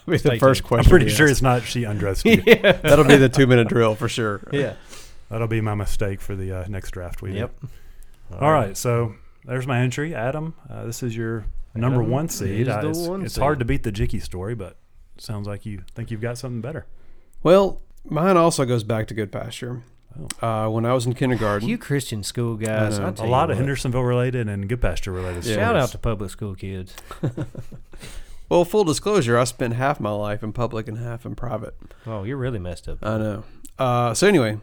Speaker 2: Be the
Speaker 3: Stay
Speaker 2: first
Speaker 3: tuned.
Speaker 1: I'm
Speaker 2: question.
Speaker 1: pretty
Speaker 2: we
Speaker 1: sure
Speaker 2: ask.
Speaker 1: it's not she undressed you.
Speaker 2: that'll be the two minute drill for sure.
Speaker 3: yeah.
Speaker 1: That'll be my mistake for the uh, next draft we do.
Speaker 3: Yep.
Speaker 1: All right. So there's my entry. Adam, uh, this is your number
Speaker 3: Adam
Speaker 1: one seed.
Speaker 3: is
Speaker 1: Uh,
Speaker 3: the
Speaker 1: it's
Speaker 3: one
Speaker 1: it's hard
Speaker 3: seed.
Speaker 1: to beat the Jicky story, but sounds like you think you've got something better.
Speaker 2: Well, mine also goes back to good pasture. Uh, when I was in kindergarten,
Speaker 3: You Christian school guys.
Speaker 2: know.
Speaker 3: I
Speaker 2: A
Speaker 1: A
Speaker 3: tell you
Speaker 1: lot of
Speaker 3: what.
Speaker 1: Hendersonville related and Good Pasture related stories.
Speaker 3: Shout out to public school kids.
Speaker 2: well, full disclosure, I spent half my life in public and half in private.
Speaker 3: Oh, you're really messed up.
Speaker 2: I know. Uh, so anyway,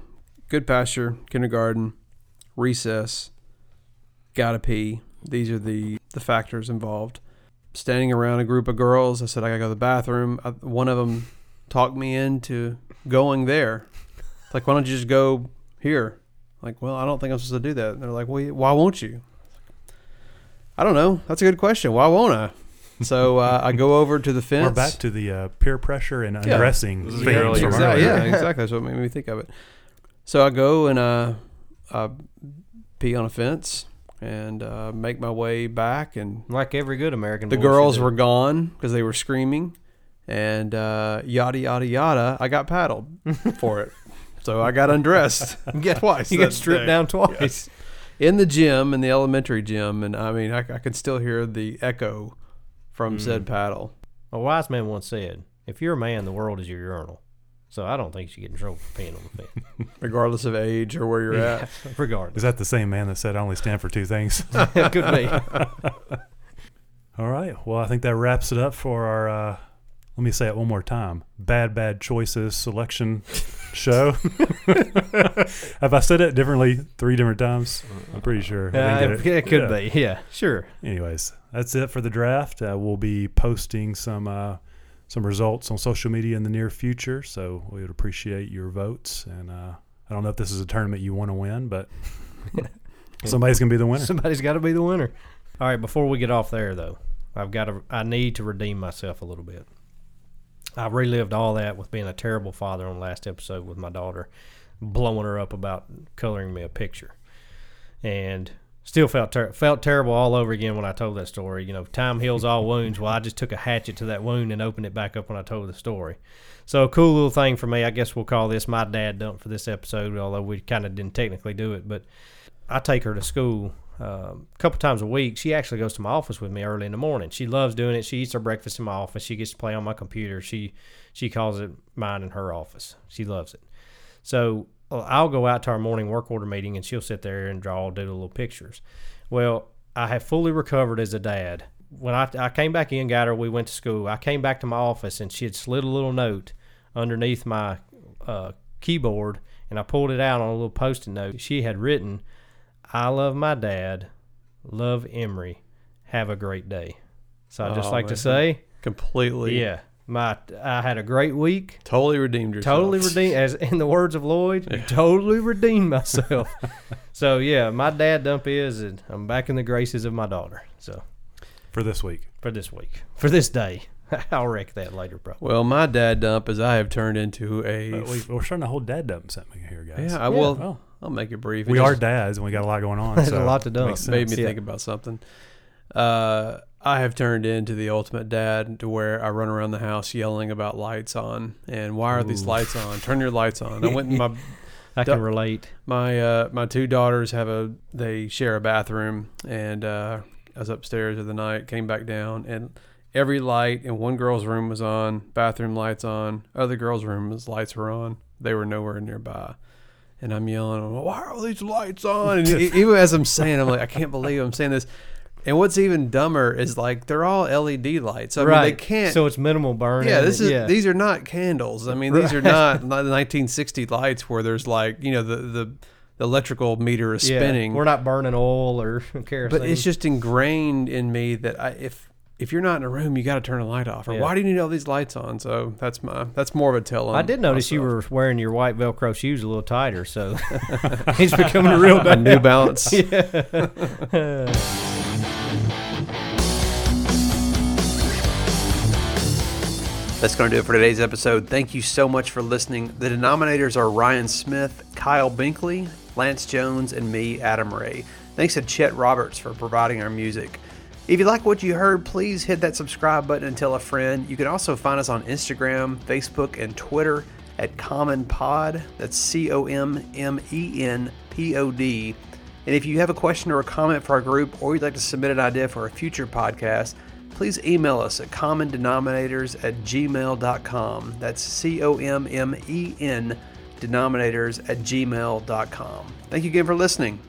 Speaker 2: good pasture, kindergarten, recess, gotta pee. These are the the factors involved. Standing around a group of girls, I said I gotta go to the bathroom. I, one of them talked me into going there. It's like, why don't you just go here? Like, well, I don't think I'm supposed to do that. And they're like, well, you- why won't you? I don't know. That's a good question. Why won't I? So uh, I go over to the fence.
Speaker 1: We're back to the uh, peer pressure and
Speaker 2: Yeah.
Speaker 1: undressing
Speaker 4: This is
Speaker 1: theme
Speaker 4: the earlier
Speaker 1: from
Speaker 4: one.
Speaker 2: Exactly,
Speaker 1: earlier.
Speaker 2: yeah, exactly. That's what made me think of it. So I go and uh, I pee on a fence and uh, make my way back. And
Speaker 3: Like every good American.
Speaker 2: the
Speaker 3: boy should
Speaker 2: girls
Speaker 3: do.
Speaker 2: were gone because they were screaming. And uh, yada yada yada. I got paddled for it. So I got undressed twice.
Speaker 3: You got
Speaker 2: that
Speaker 3: stripped
Speaker 2: day.
Speaker 3: down twice.
Speaker 2: in the gym in the elementary gym, and I mean I, I could still hear the echo from
Speaker 3: Mm.
Speaker 2: said paddle.
Speaker 3: A wise man once said, "If you're a man, the world is your urinal." So I don't think you should get in trouble for peeing on the fence.
Speaker 2: regardless of age or where you're at.
Speaker 1: Is
Speaker 3: Regardless,
Speaker 1: that the same man that said I only stand for two things?
Speaker 3: it could be. Uh,
Speaker 1: All right. Well, I think that wraps it up for our. Uh, let me say it one more time. Bad, bad choices selection show. Have I said it differently three different times? I'm pretty sure. I
Speaker 3: Uh,
Speaker 1: didn't
Speaker 3: it,
Speaker 1: get
Speaker 3: it could
Speaker 1: Yeah.
Speaker 3: be. Yeah, sure.
Speaker 1: Anyways, that's it for the draft. Uh, we'll be posting some uh, some results on social media in the near future. So we would appreciate your votes. And uh, I don't know if this is a tournament you want to win, but somebody's gonna be the winner.
Speaker 3: Somebody's got to be the winner. All right. Before we get off there, though, I've got to. I need to redeem myself a little bit. I relived all that with being a terrible father on the last episode with my daughter, blowing her up about coloring me a picture, and still felt ter- felt terrible all over again when I told that story. You know, time heals all wounds. Well, I just took a hatchet to that wound and opened it back up when I told the story. So a cool little thing for me. I guess we'll call this my dad dump for this episode, although we kind of didn't technically do it, but. I take her to school um, a couple times a week. She actually goes to my office with me early in the morning. She loves doing it. She eats her breakfast in my office. She gets to play on my computer. She she calls it mine in her office. She loves it. So uh, I'll go out to our morning work order meeting, and she'll sit there and draw, do the little pictures. Well, I have fully recovered as a dad. When I, I came back in, got her, we went to school. I came back to my office, and she had slid a little note underneath my uh, keyboard, and I pulled it out on a little post-it note. She had written. I love my dad. Love Emery. Have a great day. So I would just
Speaker 2: Oh,
Speaker 3: like to
Speaker 2: man.
Speaker 3: say,
Speaker 2: Completely.
Speaker 3: yeah, my I had a great week.
Speaker 2: Totally redeemed yourself.
Speaker 3: Totally redeemed, as in the words of Lloyd, totally redeemed myself. so yeah, my dad dump is, and I'm back in the graces of my daughter. So
Speaker 1: for this week.
Speaker 3: for this week, for this day, I'll wreck that later, bro.
Speaker 2: Well, my dad dump is I have turned into a.
Speaker 1: But we, we're starting a whole dad dump segment here, guys. Oh.
Speaker 2: yeah, I will.
Speaker 1: Well,
Speaker 2: I'll make it brief. It
Speaker 1: we
Speaker 2: just
Speaker 1: are dads and we got a lot going on.
Speaker 3: There's a
Speaker 1: so
Speaker 3: lot to
Speaker 1: it
Speaker 3: dump.
Speaker 1: makes sense.
Speaker 2: made me
Speaker 3: Yeah.
Speaker 2: think about something. Uh, I have turned into the ultimate dad to where I run around the house yelling about lights on and why are these
Speaker 1: Ooh.
Speaker 2: lights on? Turn your lights on. I went in my
Speaker 3: I can
Speaker 2: Duh.
Speaker 3: relate.
Speaker 2: my uh, my two daughters have a they share a bathroom and uh, I was upstairs of the night came back down and every light in one girl's room was on bathroom lights on other girl's room was lights were on they were nowhere nearby and I'm yelling why are all these lights on and e- even as I'm saying I'm like I can't believe I'm saying this and what's even dumber is like they're all LED lights I mean they can't
Speaker 3: So it's minimal burn.
Speaker 2: yeah, this is
Speaker 3: yeah.
Speaker 2: these are not candles. I mean, these are not the 1960 lights where there's like you know the the, the electrical meter is
Speaker 3: Yeah,
Speaker 2: spinning.
Speaker 3: We're not burning oil or kerosene.
Speaker 2: but it's just ingrained in me that I, if if you're not in a room, you got to turn a light off. Or
Speaker 3: Yeah.
Speaker 2: why do you need all these lights on? So that's my that's more of a tell. on
Speaker 3: I did notice you
Speaker 2: myself.
Speaker 3: were wearing your white Velcro shoes a little tighter, so he's becoming a real
Speaker 2: a
Speaker 3: bad.
Speaker 2: New Balance. That's going to do it for today's episode. Thank you so much for listening. The denominators are Ryan Smith, Kyle Binkley, Lance Jones, and me, Adam Ray. Thanks to Chet Roberts for providing our music. If you like what you heard, please hit that subscribe button and tell a friend. You can also find us on Instagram, Facebook, and Twitter at Common Pod. That's C O M M E N P O D. And if you have a question or a comment for our group, or you'd like to submit an idea for a future podcast, please email us at commondenominators at gmail.com. That's C O M M E N denominators at gmail.com. Thank you again for listening.